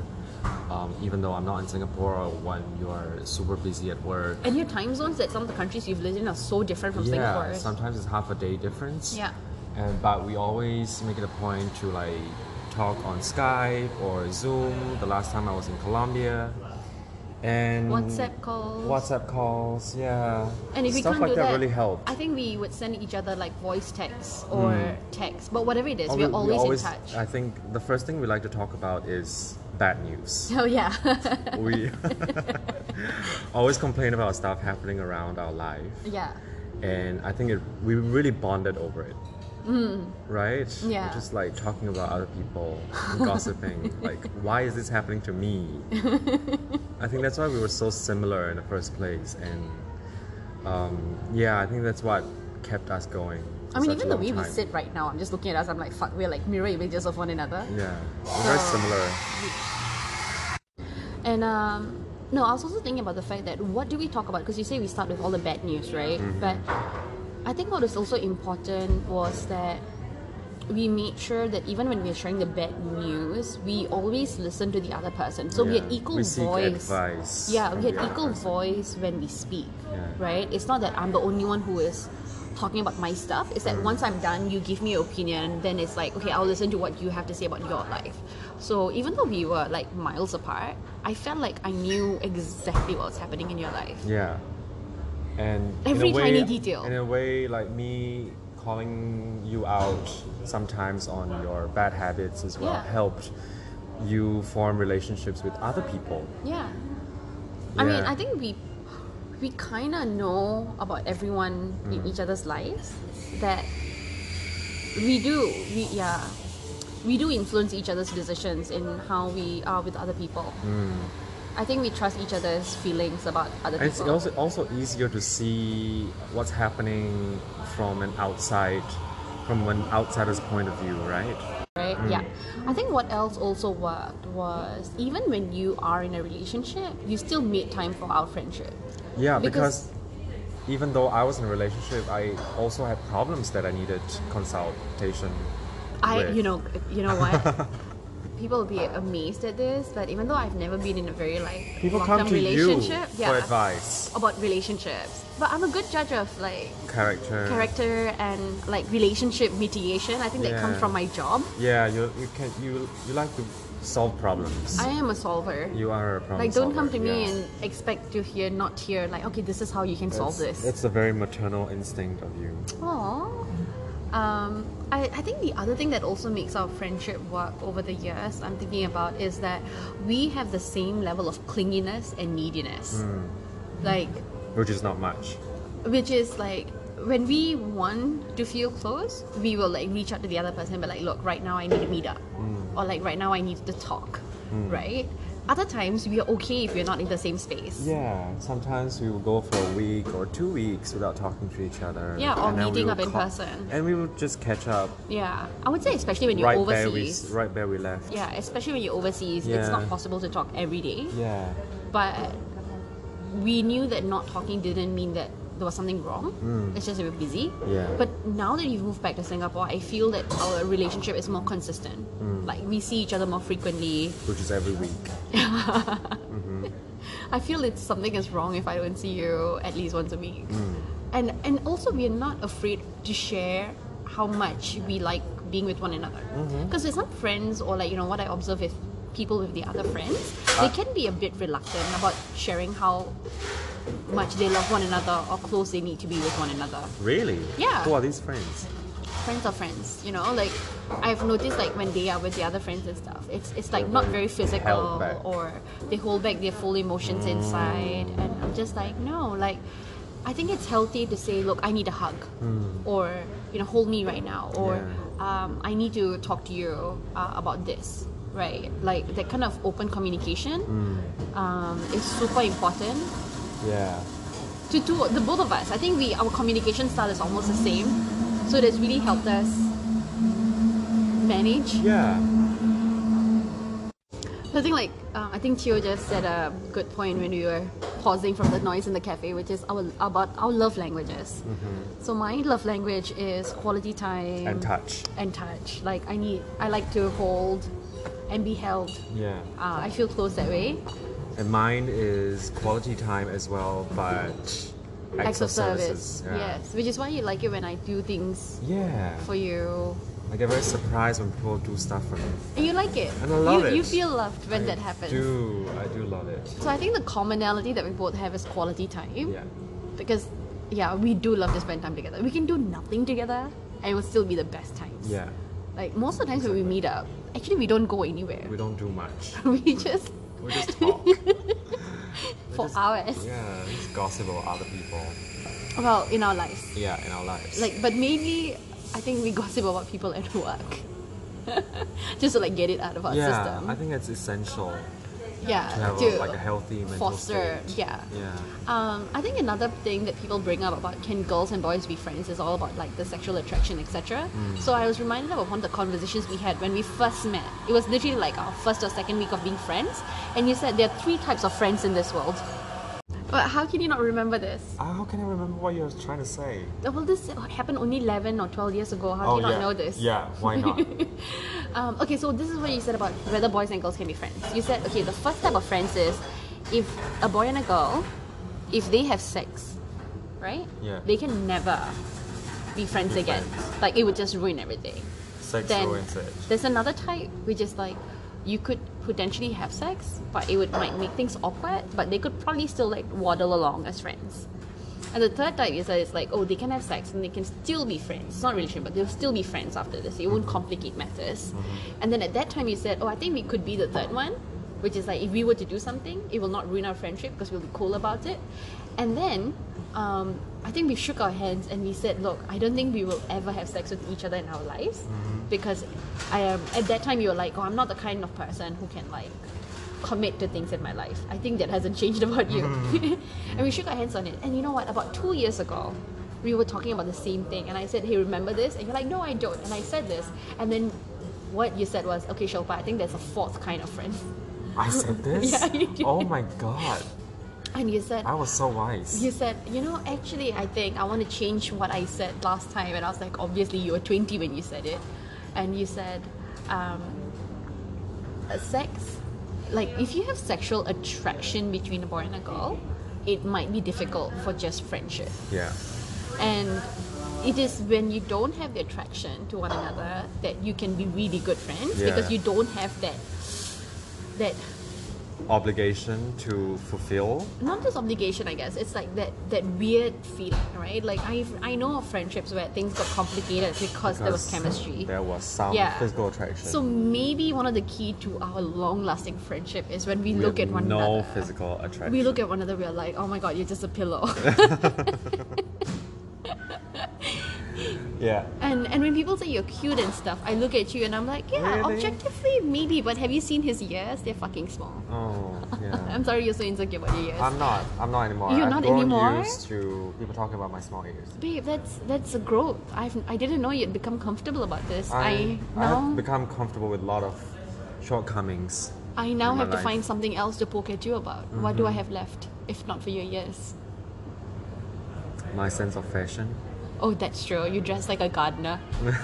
Speaker 1: um, even though I'm not in Singapore or when you are super busy at work.
Speaker 2: And your time zones that some of the countries you've lived in are so different from
Speaker 1: yeah,
Speaker 2: Singapore's.
Speaker 1: sometimes it's half a day difference.
Speaker 2: Yeah.
Speaker 1: And but we always make it a point to like talk on Skype or Zoom. The last time I was in Colombia, and
Speaker 2: WhatsApp calls.
Speaker 1: WhatsApp calls, yeah.
Speaker 2: And if we
Speaker 1: stuff
Speaker 2: can't
Speaker 1: like
Speaker 2: do
Speaker 1: that,
Speaker 2: that
Speaker 1: really helped.
Speaker 2: I think we would send each other like voice text or text, but whatever it is,
Speaker 1: Hmm. Oh,
Speaker 2: we're
Speaker 1: we
Speaker 2: always,
Speaker 1: always-
Speaker 2: in touch.
Speaker 1: I think the first thing we like to talk about is bad news.
Speaker 2: oh yeah,
Speaker 1: we always complain about stuff happening around our life,
Speaker 2: yeah,
Speaker 1: and I think it, we really bonded over it. Right?
Speaker 2: Mm-hmm. Yeah.
Speaker 1: We're just like talking about other people, and gossiping. like, why is this happening to me? I think that's why we were so similar in the first place, and um, yeah, I think that's what kept us going. for
Speaker 2: I mean,
Speaker 1: such
Speaker 2: even
Speaker 1: a
Speaker 2: the
Speaker 1: long
Speaker 2: way we
Speaker 1: time.
Speaker 2: sit right now, I'm just looking at us. I'm like, fuck, we're like mirror images of one another.
Speaker 1: Yeah, we're very
Speaker 2: So-
Speaker 1: similar.
Speaker 2: And um, no, I was also thinking about the fact that what do we talk about? Because you say we start with all the bad news, right?
Speaker 1: Mm-hmm.
Speaker 2: But I think what was also important was that we made sure that even when we are sharing the bad news, we always listen to the other person. So we
Speaker 1: Yeah.
Speaker 2: had equal
Speaker 1: we seek
Speaker 2: voice.
Speaker 1: Advice
Speaker 2: Yeah,
Speaker 1: from
Speaker 2: we had
Speaker 1: the other
Speaker 2: equal
Speaker 1: person.
Speaker 2: voice when we speak,
Speaker 1: Yeah.
Speaker 2: right? It's not that I'm the only one who is talking about my stuff. It's that once I'm done, you give me your opinion, then it's like, okay, I'll listen to what you have to say about your life. So even though we were like miles apart, I felt like I knew exactly what was happening in your life.
Speaker 1: Yeah. And in
Speaker 2: Every
Speaker 1: a way,
Speaker 2: tiny detail.
Speaker 1: In a way, like me calling you out sometimes on your bad habits as well
Speaker 2: Yeah.
Speaker 1: helped you form relationships with other people.
Speaker 2: Yeah. I mean,
Speaker 1: Yeah.
Speaker 2: I think we we kind of know about everyone
Speaker 1: Mm.
Speaker 2: in each other's lives that we do we yeah we do influence each other's decisions in how we are with other people. I think we trust each other's feelings about other
Speaker 1: And Mm. it's
Speaker 2: people.
Speaker 1: also also easier to see what's happening from an outside, from an outsider's point of view, right?
Speaker 2: right? Yeah. I think what else also worked was even when you are in a relationship, you still made time for our friendship.
Speaker 1: Yeah,
Speaker 2: Because-
Speaker 1: because, even though I was in a relationship, I also had problems that I needed consultation.
Speaker 2: I,
Speaker 1: with.
Speaker 2: you know, you know what? People will be amazed at this, but even though I've never been in a very like
Speaker 1: People
Speaker 2: long-term
Speaker 1: come to you
Speaker 2: relationship,
Speaker 1: for advice,
Speaker 2: about relationships. But I'm a good judge of like
Speaker 1: character.
Speaker 2: character and like relationship mitigation. I think that comes
Speaker 1: Yeah.
Speaker 2: from my job.
Speaker 1: Yeah, you you can you you like to solve problems.
Speaker 2: I am a solver.
Speaker 1: you are a problem
Speaker 2: like, don't come to
Speaker 1: solver,
Speaker 2: me
Speaker 1: yeah.
Speaker 2: and expect to hear, not hear, like, okay, this is how you can solve
Speaker 1: It's-
Speaker 2: this.
Speaker 1: It's a very maternal instinct of you.
Speaker 2: Aww. Um, I, I think the other thing that also makes our friendship work over the years, I'm thinking about, is that we have the same level of clinginess and neediness.
Speaker 1: Hmm.
Speaker 2: Like,
Speaker 1: Which is not much.
Speaker 2: which is like, when we want to feel close, we will like reach out to the other person, but like, look, right now I need to meet up,
Speaker 1: Hmm.
Speaker 2: or like, right now I need to talk, right? Other times we are okay if we're not in the same space.
Speaker 1: Yeah. Sometimes we will go for a week or two weeks without talking to each other.
Speaker 2: Yeah, or
Speaker 1: and then we
Speaker 2: meeting
Speaker 1: will
Speaker 2: up in
Speaker 1: call-
Speaker 2: person.
Speaker 1: And we would just catch up
Speaker 2: Yeah. I would say, especially when you're
Speaker 1: right where
Speaker 2: overseas.
Speaker 1: we s- right where we left.
Speaker 2: Yeah, especially when you're overseas, it's
Speaker 1: Yeah.
Speaker 2: not possible to talk every day.
Speaker 1: Yeah.
Speaker 2: But we knew that not talking didn't mean that there was something wrong. It's just that we're busy.
Speaker 1: Yeah.
Speaker 2: But now that you've moved back to Singapore, I feel that our relationship is more consistent. Like we see each other more frequently.
Speaker 1: Which is every week.
Speaker 2: I feel it's something is wrong if I don't see you at least once a week. And and also we're not afraid to share how much we like being with one another. Because with some friends or like you know what I observe with people with the other friends, they can be a bit reluctant about sharing how much they love one another or close they need to be with one another.
Speaker 1: Really?
Speaker 2: Yeah.
Speaker 1: Who are these friends?
Speaker 2: Friends are friends, you know, like I've noticed like when they are with the other friends and stuff, it's it's like
Speaker 1: They're
Speaker 2: not
Speaker 1: very
Speaker 2: very
Speaker 1: held
Speaker 2: physical
Speaker 1: back.
Speaker 2: or they hold back their full emotions inside and I'm just like, no, like I think it's healthy to say, look, I need a hug or you know, hold me right now or
Speaker 1: Hmm. Yeah.
Speaker 2: um, I need to talk to you uh, about this. Right, like that kind of open communication
Speaker 1: Hmm.
Speaker 2: um, is super important
Speaker 1: Yeah.
Speaker 2: to two, the both of us. I think we our communication style is almost the same, so it has really helped us manage.
Speaker 1: Yeah.
Speaker 2: So I think like uh, I think Tio just said a good point when we were pausing from the noise in the cafe, which is our about our love languages. So my love language is quality time
Speaker 1: Mm-hmm. And touch.
Speaker 2: and touch. Like I need, I like to hold and be held.
Speaker 1: Yeah.
Speaker 2: Uh, I feel close that way.
Speaker 1: And mine is quality time as well, but acts,
Speaker 2: Acts of service.
Speaker 1: Yeah.
Speaker 2: Yes, which is why you like it when I do things
Speaker 1: Yeah.
Speaker 2: for you.
Speaker 1: I get very surprised when people do stuff for me.
Speaker 2: And you like it.
Speaker 1: And I love
Speaker 2: you,
Speaker 1: it.
Speaker 2: You feel loved when that happens.
Speaker 1: Do I do love it?
Speaker 2: So I think the commonality that we both have is quality time.
Speaker 1: Yeah.
Speaker 2: Because, yeah, we do love to spend time together. We can do nothing together and it will still be the best times.
Speaker 1: Yeah.
Speaker 2: Like most of the times when we meet up, actually we don't go anywhere.
Speaker 1: We don't do much.
Speaker 2: We just
Speaker 1: We just talk.
Speaker 2: for
Speaker 1: just-
Speaker 2: hours.
Speaker 1: yeah, we just gossip about other people.
Speaker 2: Well, in our lives.
Speaker 1: Yeah, in our lives.
Speaker 2: Like, but mainly, I think we gossip about people at work. just to like get it out of our
Speaker 1: yeah,
Speaker 2: system.
Speaker 1: I think that's essential
Speaker 2: yeah.
Speaker 1: to have a,
Speaker 2: to
Speaker 1: like a healthy mental
Speaker 2: foster.
Speaker 1: state.
Speaker 2: Yeah.
Speaker 1: Yeah.
Speaker 2: Um, I think another thing that people bring up about can girls and boys be friends is all about like the sexual attraction, etc.
Speaker 1: Mm.
Speaker 2: So I was reminded of one of the conversations we had when we first met. It was literally like our first or second week of being friends, and you said there are three types of friends in this world. But how can you not remember this?
Speaker 1: Ah, how can I remember what you're trying to say?
Speaker 2: Uh, Well, this happened only 11 or 12 years ago. How do you not
Speaker 1: Oh, yeah.
Speaker 2: know this?
Speaker 1: Yeah, why not?
Speaker 2: Um, okay, so this is what you said about whether boys and girls can be friends. You said, okay, the first type of friends is if a boy and a girl, if they have sex, right?
Speaker 1: Yeah.
Speaker 2: They can never be friends
Speaker 1: Be
Speaker 2: again.
Speaker 1: friends.
Speaker 2: Like, it would just ruin everything.
Speaker 1: Sex
Speaker 2: then
Speaker 1: ruins it.
Speaker 2: there's another type, which is like, you could potentially have sex, but it would might make things awkward, but they could probably still like waddle along as friends. And the third type is that it's like, oh, they can have sex and they can still be friends. It's not a relationship, but they'll still be friends after this. It
Speaker 1: Mm-hmm.
Speaker 2: won't complicate matters. And then at that time, you said, oh, I think we could be the third one, which is like, if we were to do something, it will not ruin our friendship because we'll be cool about it. And then um, I think we shook our hands and we said, look, I don't think we will ever have sex with each other in our lives because I am, at that time, you were like, oh, I'm not the kind of person who can, like, commit to things in my life. I think that hasn't changed about you. and we shook our hands on it. And you know what? About two years ago, we were talking about the same thing. And I said, hey, remember this? And you're like, no, I don't. And I said this. And then what you said was, okay, Shilpa, I think there's a fourth kind of friend.
Speaker 1: I said this?
Speaker 2: Yeah, you did.
Speaker 1: Oh my god.
Speaker 2: And you said,
Speaker 1: I was so wise.
Speaker 2: you said, you know, actually, I think I want to change what I said last time. And I was like, obviously, you were 20 when you said it. And you said, um, uh, sex, like, if you have sexual attraction between a boy and a girl, it might be difficult for just friendship.
Speaker 1: Yeah.
Speaker 2: And it is when you don't have the attraction to one another that you can be really good friends
Speaker 1: Yeah.
Speaker 2: because you don't have that that
Speaker 1: Obligation to fulfill.
Speaker 2: not just obligation, I guess. It's like that that weird feeling, right? Like I I know of friendships where things got complicated because, there was
Speaker 1: because
Speaker 2: chemistry.
Speaker 1: There was some
Speaker 2: Yeah.
Speaker 1: physical attraction.
Speaker 2: So maybe one of the key to our long-lasting friendship is when we,
Speaker 1: With
Speaker 2: look at one
Speaker 1: no
Speaker 2: another.
Speaker 1: physical attraction.
Speaker 2: We look at one another. We are like, oh my god, you're just a pillow.
Speaker 1: Yeah.
Speaker 2: and and when people say you're cute and stuff, I look at you and I'm like, yeah,
Speaker 1: Really?
Speaker 2: objectively maybe. But have you seen his ears? They're fucking small.
Speaker 1: Oh, yeah.
Speaker 2: I'm sorry, you're so insecure about your ears.
Speaker 1: I'm not. I'm not anymore.
Speaker 2: You're
Speaker 1: I've
Speaker 2: not
Speaker 1: grown
Speaker 2: anymore?
Speaker 1: used to people talking about my small ears.
Speaker 2: Babe, that's that's a growth. I've I didn't know you'd become comfortable about this. I,
Speaker 1: I
Speaker 2: now
Speaker 1: have become comfortable with a lot of shortcomings.
Speaker 2: I now
Speaker 1: in my
Speaker 2: have to
Speaker 1: life. Mm-hmm.
Speaker 2: find something else to poke at you about. What do I have left if not for your ears?
Speaker 1: My sense of fashion.
Speaker 2: Oh, that's true. You dress like a gardener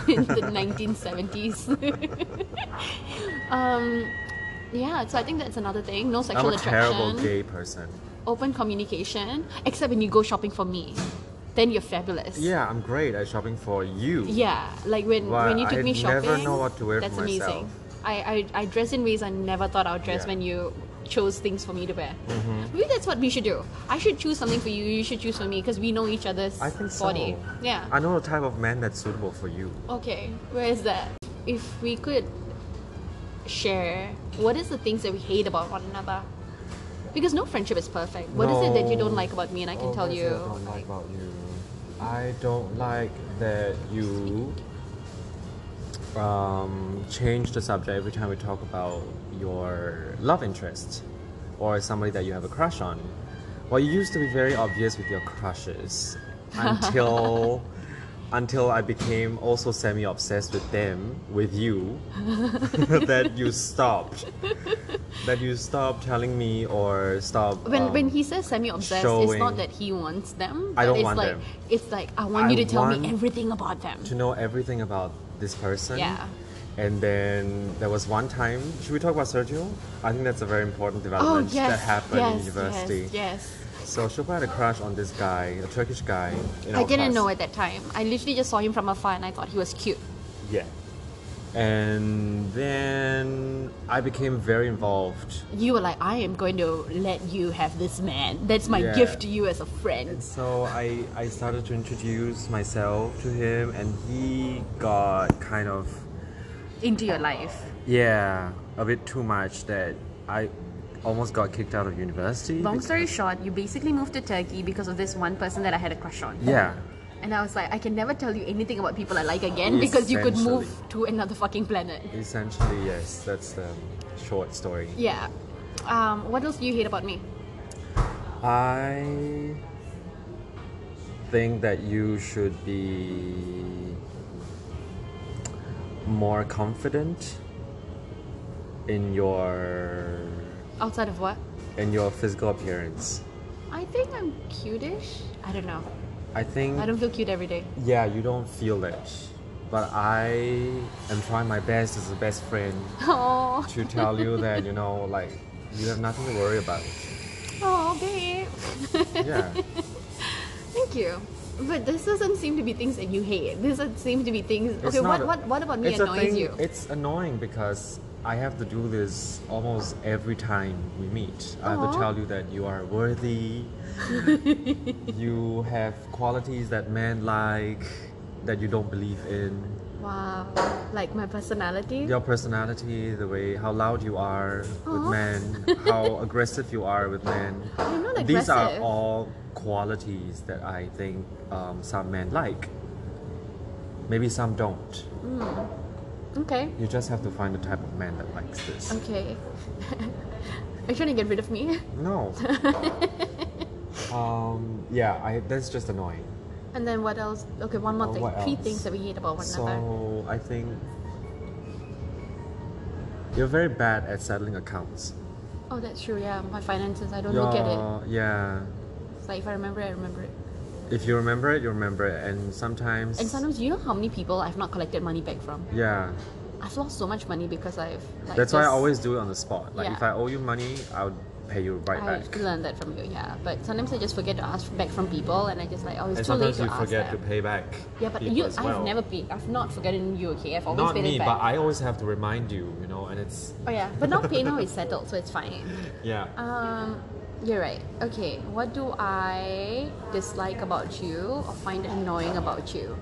Speaker 2: in the 1970s. um, yeah, so I think that's another thing. No sexual
Speaker 1: I'm a terrible
Speaker 2: attraction.
Speaker 1: gay person.
Speaker 2: Open communication. Except when you go shopping for me. Then you're fabulous.
Speaker 1: Yeah, I'm great at shopping for you.
Speaker 2: Yeah, like when,
Speaker 1: Wow,
Speaker 2: when you took
Speaker 1: I
Speaker 2: me
Speaker 1: never
Speaker 2: shopping.
Speaker 1: know what to wear for
Speaker 2: That's amazing.
Speaker 1: myself.
Speaker 2: I, I, I dress in ways I never thought I would dress
Speaker 1: Yeah. Mm-hmm.
Speaker 2: when you chose things for me to wear. Maybe that's what we should do. I should choose something for you, you should choose for me because we know each other's
Speaker 1: I think so.
Speaker 2: body. Yeah.
Speaker 1: I know the type of man that's suitable for you.
Speaker 2: okay, where is that? If we could share what is the things that we hate about one another? Because no friendship is perfect. What is it that you don't
Speaker 1: No.
Speaker 2: like about me and I can
Speaker 1: Oh,
Speaker 2: tell
Speaker 1: what is
Speaker 2: you?
Speaker 1: it I don't like about you. I don't like that you um, change the subject every time we talk about your love interest or somebody that you have a crush on. Well, you used to be very obvious with your crushes until until I became also semi obsessed with them, with you, that you stopped. That you stopped telling me or stopped.
Speaker 2: when
Speaker 1: um,
Speaker 2: when he says semi-obsessed, it's not
Speaker 1: showing-
Speaker 2: that he wants them.
Speaker 1: I
Speaker 2: but
Speaker 1: don't
Speaker 2: it's
Speaker 1: want
Speaker 2: like,
Speaker 1: them.
Speaker 2: It's like I want
Speaker 1: I
Speaker 2: you to tell me
Speaker 1: want
Speaker 2: everything about them.
Speaker 1: to know everything about this person.
Speaker 2: Yeah.
Speaker 1: And then there was one time. Should we talk about Sergio? I think that's a very important
Speaker 2: Oh
Speaker 1: development
Speaker 2: yes,
Speaker 1: that happened
Speaker 2: yes,
Speaker 1: in university.
Speaker 2: yes, yes.
Speaker 1: So Shilpa had a crush on this guy, a Turkish guy. In
Speaker 2: I
Speaker 1: our
Speaker 2: didn't
Speaker 1: class.
Speaker 2: know at that time. I literally just saw him from afar and I thought he was cute.
Speaker 1: Yeah. And then I became very involved.
Speaker 2: You were like, I am going to let you have this man. That's my
Speaker 1: Yeah.
Speaker 2: gift to you as a friend.
Speaker 1: So I, I started to introduce myself to him, and he got kind of,
Speaker 2: Into your life.
Speaker 1: yeah, a bit too much that I almost got kicked out of university.
Speaker 2: Long
Speaker 1: because-
Speaker 2: story short, you basically moved to Turkey because of this one person that I had a crush on.
Speaker 1: Yeah.
Speaker 2: And I was like, I can never tell you anything about people I like again because you could move to another fucking planet.
Speaker 1: Essentially, yes. That's the short story.
Speaker 2: Yeah. Um, what else do you hate about me?
Speaker 1: I think that you should be more confident in your
Speaker 2: Outside of what?
Speaker 1: in your physical appearance.
Speaker 2: I think I'm cutish. I don't know.
Speaker 1: I think
Speaker 2: I don't feel cute every day.
Speaker 1: yeah, you don't feel it. But I am trying my best as a best friend
Speaker 2: Oh,
Speaker 1: to tell you that, you know, like you have nothing to worry about.
Speaker 2: oh, babe.
Speaker 1: Yeah.
Speaker 2: Thank you. But this doesn't seem to be things that you hate. This doesn't seem to be things.
Speaker 1: It's
Speaker 2: okay,
Speaker 1: not
Speaker 2: what,
Speaker 1: a-
Speaker 2: what what about me
Speaker 1: it's a
Speaker 2: annoys
Speaker 1: thing-
Speaker 2: you?
Speaker 1: It's annoying because I have to do this almost every time we meet. I have to
Speaker 2: Aw.
Speaker 1: tell you that you are worthy. you have qualities that men like that you don't believe in.
Speaker 2: Wow, like my personality.
Speaker 1: Your personality, the way how loud you are with
Speaker 2: Aw.
Speaker 1: men, how aggressive you are with men.
Speaker 2: I'm not
Speaker 1: These are
Speaker 2: aggressive.
Speaker 1: all qualities that I think um, some men like. Maybe some don't.
Speaker 2: Okay,
Speaker 1: You just have to find the type of man that likes this.
Speaker 2: okay. Are you trying to get rid of me?
Speaker 1: No. um, yeah, I, that's just annoying.
Speaker 2: And then what else? Okay, one more
Speaker 1: Uh,
Speaker 2: thing.
Speaker 1: what
Speaker 2: Three
Speaker 1: else?
Speaker 2: things that we hate about one another.
Speaker 1: So I think you're very bad at settling accounts.
Speaker 2: Oh, that's true. Yeah, my finances. I don't look at it.
Speaker 1: You're- Yeah.
Speaker 2: It's like if I remember, it, I remember it.
Speaker 1: If you remember it, you remember it, and sometimes.
Speaker 2: And sometimes, you know how many people I've not collected money back from?
Speaker 1: Yeah,
Speaker 2: I've lost so much money because I've. Like,
Speaker 1: that's why I
Speaker 2: just-
Speaker 1: always do it on the spot. Like
Speaker 2: Yeah.
Speaker 1: if I owe you money, I'll pay you right
Speaker 2: I
Speaker 1: back.
Speaker 2: learned that from you, yeah. But sometimes I just forget to ask back from people, and I just like, oh, it's
Speaker 1: And
Speaker 2: too late
Speaker 1: sometimes
Speaker 2: to
Speaker 1: you
Speaker 2: ask
Speaker 1: forget
Speaker 2: them.
Speaker 1: to pay back.
Speaker 2: yeah, but
Speaker 1: people
Speaker 2: you,
Speaker 1: as
Speaker 2: I've
Speaker 1: well.
Speaker 2: never paid. I've not forgotten you, okay? I've always
Speaker 1: Not
Speaker 2: paid
Speaker 1: me,
Speaker 2: it back.
Speaker 1: but I always have to remind you, you know, and it's
Speaker 2: Oh yeah, but now PayNow is settled, so it's fine.
Speaker 1: yeah.
Speaker 2: Um, you're right. Okay, what do I dislike about you or find annoying about you?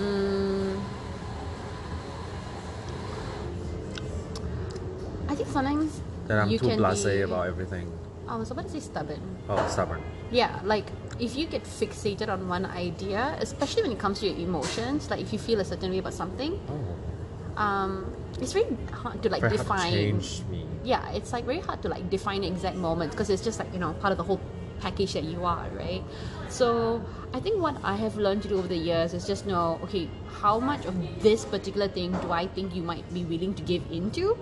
Speaker 2: Mm, I think sometimes
Speaker 1: that I'm
Speaker 2: you
Speaker 1: too
Speaker 2: can
Speaker 1: blasé
Speaker 2: be-
Speaker 1: about everything.
Speaker 2: I was about to say stubborn.
Speaker 1: Oh, stubborn.
Speaker 2: Yeah, like if you get fixated on one idea, especially when it comes to your emotions, like if you feel a certain way about something,
Speaker 1: Oh,
Speaker 2: um, it's very hard to like
Speaker 1: very hard to
Speaker 2: define.
Speaker 1: change me.
Speaker 2: Yeah, it's like very hard to like define the exact moment because it's just like you know part of the whole package that you are, right? So I think what I have learned to do over the years is just know okay, how much of this particular thing do I think you might be willing to give into?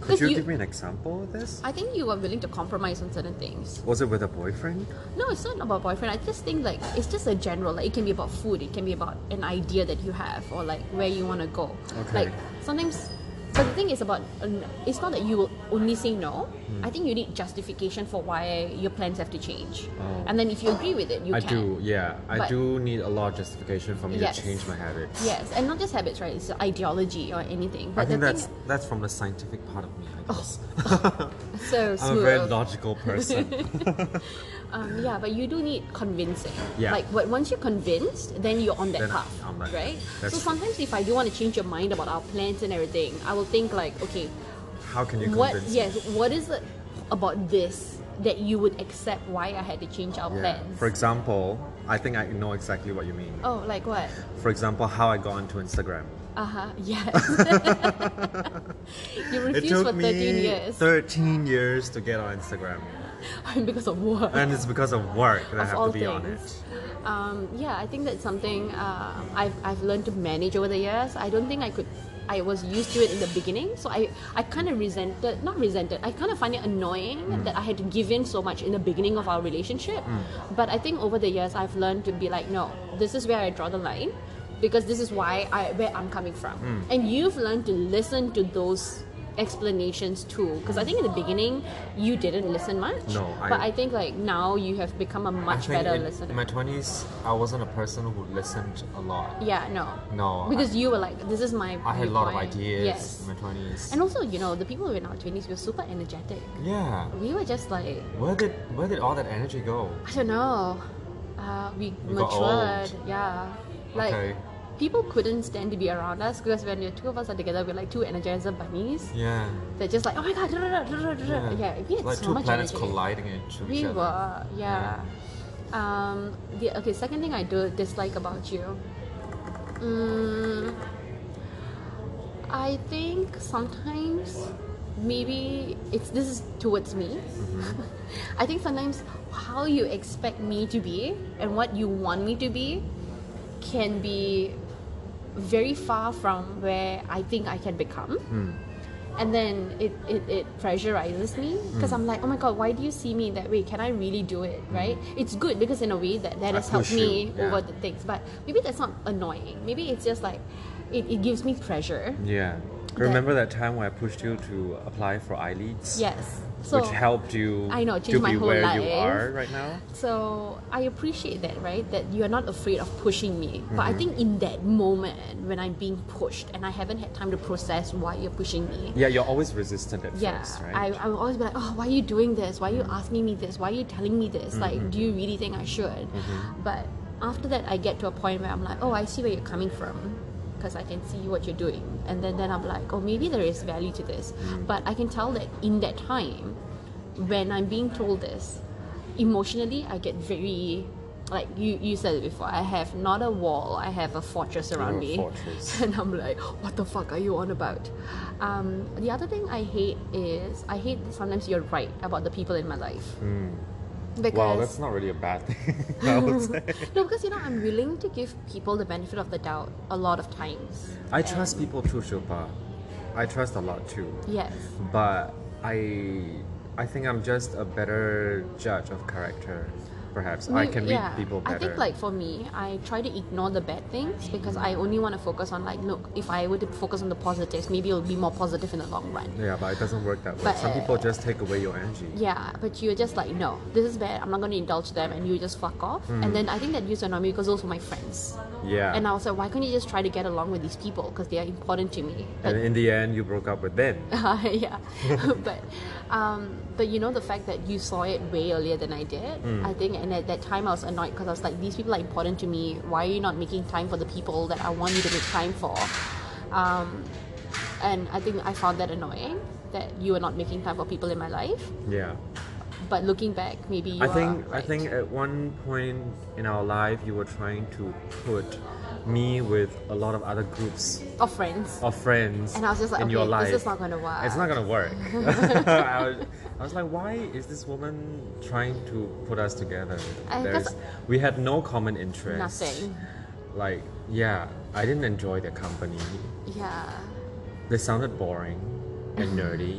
Speaker 1: Could
Speaker 2: 'Cause
Speaker 1: you, give me an example of this?
Speaker 2: I think you are willing to compromise on certain things.
Speaker 1: Was it with a boyfriend?
Speaker 2: No, it's not about boyfriend. I just think like it's just a general. Like it can be about food. It can be about an idea that you have or like where you want to go.
Speaker 1: Okay.
Speaker 2: Like sometimes, but the thing is about um, it's not that you will only say no.
Speaker 1: Hmm.
Speaker 2: I think you need justification for why your plans have to change.
Speaker 1: Oh.
Speaker 2: And then if you agree with it, you
Speaker 1: I
Speaker 2: can.
Speaker 1: do, yeah. I
Speaker 2: But-
Speaker 1: do need a lot of justification for me
Speaker 2: Yes.
Speaker 1: to change my habits.
Speaker 2: Yes, and not just habits, right? It's ideology or anything. But
Speaker 1: I think
Speaker 2: the
Speaker 1: that's
Speaker 2: thing, Oh,
Speaker 1: that's from the scientific part of me, I guess.
Speaker 2: so
Speaker 1: I'm a
Speaker 2: smooth.
Speaker 1: very logical person.
Speaker 2: Um, yeah, but you do need convincing.
Speaker 1: Yeah.
Speaker 2: Like, but once you're convinced, then you're on that
Speaker 1: Then I-
Speaker 2: path,
Speaker 1: I'm like,
Speaker 2: right?
Speaker 1: that's
Speaker 2: so
Speaker 1: true.
Speaker 2: sometimes if I do want to change your mind about our plans and everything, I will think like, okay,
Speaker 1: How can you
Speaker 2: what?
Speaker 1: convince
Speaker 2: Yes, what is it about this that you would accept? Why I had to change our
Speaker 1: me? Yeah.
Speaker 2: plans?
Speaker 1: For example, I think I know exactly what you mean.
Speaker 2: oh, like what?
Speaker 1: For example, how I got onto Instagram.
Speaker 2: Uh huh. Yes. you
Speaker 1: It
Speaker 2: refused
Speaker 1: took
Speaker 2: for thirteen
Speaker 1: me
Speaker 2: years
Speaker 1: 13 years to get on Instagram.
Speaker 2: because of work.
Speaker 1: And it's because of work that I
Speaker 2: Of
Speaker 1: have to
Speaker 2: all
Speaker 1: be on it.
Speaker 2: things. um, yeah, I think that's something uh, I've, I've learned to manage over the years. I don't think I could. I was used to it in the beginning, so I, I kind of resented, not resented, I kind of find it annoying
Speaker 1: Hmm.
Speaker 2: that I had to give in so much in the beginning of
Speaker 1: Hmm.
Speaker 2: our relationship. But I think over the years, I've learned to be like, no, this is where I draw the line. because this is why I where I'm coming from.
Speaker 1: Hmm.
Speaker 2: And you've learned to listen to those explanations too because i think in the beginning you didn't listen much
Speaker 1: No, I-
Speaker 2: but i think like now you have become a
Speaker 1: I
Speaker 2: much
Speaker 1: think
Speaker 2: better
Speaker 1: in,
Speaker 2: listener
Speaker 1: in my twenties, I wasn't a person who listened a lot.
Speaker 2: yeah no
Speaker 1: No,
Speaker 2: because you were like this is my
Speaker 1: I had a lot of
Speaker 2: viewpoint.
Speaker 1: ideas
Speaker 2: yes
Speaker 1: in my twenties.
Speaker 2: and also you know the people who were in our 20s we were super energetic
Speaker 1: Yeah.
Speaker 2: we were just like
Speaker 1: Where did where did all that energy go?
Speaker 2: I don't know. Uh, we
Speaker 1: We got
Speaker 2: matured. Yeah. Like
Speaker 1: Okay.
Speaker 2: people couldn't stand to be around us because when the two of us are together, we're like two energizer bunnies.
Speaker 1: Yeah.
Speaker 2: They're just like, oh my god, da, da, da, da, da, da." yeah. We had
Speaker 1: like
Speaker 2: so
Speaker 1: two
Speaker 2: much
Speaker 1: planets
Speaker 2: energy.
Speaker 1: colliding into each
Speaker 2: We
Speaker 1: other.
Speaker 2: were, yeah.
Speaker 1: Yeah.
Speaker 2: Um, the, okay, second thing I do dislike about you. Mm, I think sometimes maybe it's this is towards me. I think sometimes how you expect me to be and what you want me to be can be very far from where I think I can become.
Speaker 1: Hmm.
Speaker 2: And then it, it, it pressurizes me
Speaker 1: Hmm.
Speaker 2: because I'm like, oh my god, why do you see me in that way? Can I really do it? Right? It's good because in a way that, that
Speaker 1: I
Speaker 2: has helped
Speaker 1: push you,
Speaker 2: me
Speaker 1: yeah.
Speaker 2: over the things. But maybe that's not annoying. Maybe it's just like, it, it gives me pressure.
Speaker 1: Yeah. Remember that time when I pushed you to apply for iLeads?
Speaker 2: Yes. So
Speaker 1: which helped you
Speaker 2: I know, changed
Speaker 1: to
Speaker 2: my
Speaker 1: be
Speaker 2: whole
Speaker 1: where you
Speaker 2: life.
Speaker 1: are right now?
Speaker 2: So I appreciate that, right? That you are not afraid of pushing me. But
Speaker 1: Mm-hmm.
Speaker 2: I think in that moment when I'm being pushed and I haven't had time to process why you're pushing me.
Speaker 1: Yeah, you're always resistant at
Speaker 2: Yeah,
Speaker 1: first, right? Mm.
Speaker 2: I, I will always be like, oh, why are you doing this? Why are you asking me this? Why are you telling me this?
Speaker 1: Mm-hmm.
Speaker 2: Like, do you really think I should? But after that, I get to a point where I'm like, oh, I see where you're coming from because I can see what you're doing. And then, then I'm like, oh, maybe there is value to this.
Speaker 1: Mm.
Speaker 2: But I can tell that in that time, when I'm being told this, emotionally, I get very. Like you, you said it before, I have not a wall, I have a fortress around
Speaker 1: a
Speaker 2: me.
Speaker 1: fortress.
Speaker 2: And I'm like, what the fuck are you on about? Um, the other thing I hate is I hate that sometimes you're right about the people in my life. Because
Speaker 1: Well, Hmm. that's not really a bad thing. I would say.
Speaker 2: no, because you know I'm willing to give people the benefit of the doubt a lot of times.
Speaker 1: I trust people too, Shilpa. I trust a lot too.
Speaker 2: Yes.
Speaker 1: But I I think I'm just a better judge of character, perhaps. I
Speaker 2: Maybe-
Speaker 1: can read
Speaker 2: yeah.
Speaker 1: people better.
Speaker 2: I think like for me, I try to ignore the bad things because I only want to focus on like look, if I were to focus on the positives, maybe it'll be more positive in the long run.
Speaker 1: Yeah, but it doesn't work that way.
Speaker 2: But- eh,
Speaker 1: Some people just take away your energy.
Speaker 2: Yeah, but you're just like, no, this is bad. I'm not going to indulge them, and you just fuck off.
Speaker 1: Hmm.
Speaker 2: And then I think that used to annoy me because those were my friends.
Speaker 1: Yeah.
Speaker 2: And I was like, why couldn't you just try to get along with these people because they are important to me?
Speaker 1: And
Speaker 2: But,
Speaker 1: in the end, you broke up with them.
Speaker 2: yeah, but um, but you know the fact that you saw it way earlier than I did,
Speaker 1: Mm.
Speaker 2: I think, and at that time I was annoyed because I was like, these people are important to me. Why are you not making time for the people that I want you to make time for? Um, and I think I found that annoying that you were not making time for people in my life.
Speaker 1: Yeah.
Speaker 2: But looking back, maybe you
Speaker 1: I think
Speaker 2: are right.
Speaker 1: I think at one point in our life, you were trying to put me with a lot of other groups
Speaker 2: of friends.
Speaker 1: of friends
Speaker 2: And I was just like,
Speaker 1: in
Speaker 2: okay,
Speaker 1: your life.
Speaker 2: this is not gonna work.
Speaker 1: It's not gonna work. I, was, I was like, why is this woman trying to put us together?
Speaker 2: I
Speaker 1: There's-
Speaker 2: guess-
Speaker 1: we had no common interest.
Speaker 2: Nothing.
Speaker 1: Like, yeah, I didn't enjoy their company.
Speaker 2: Yeah.
Speaker 1: They sounded boring and nerdy.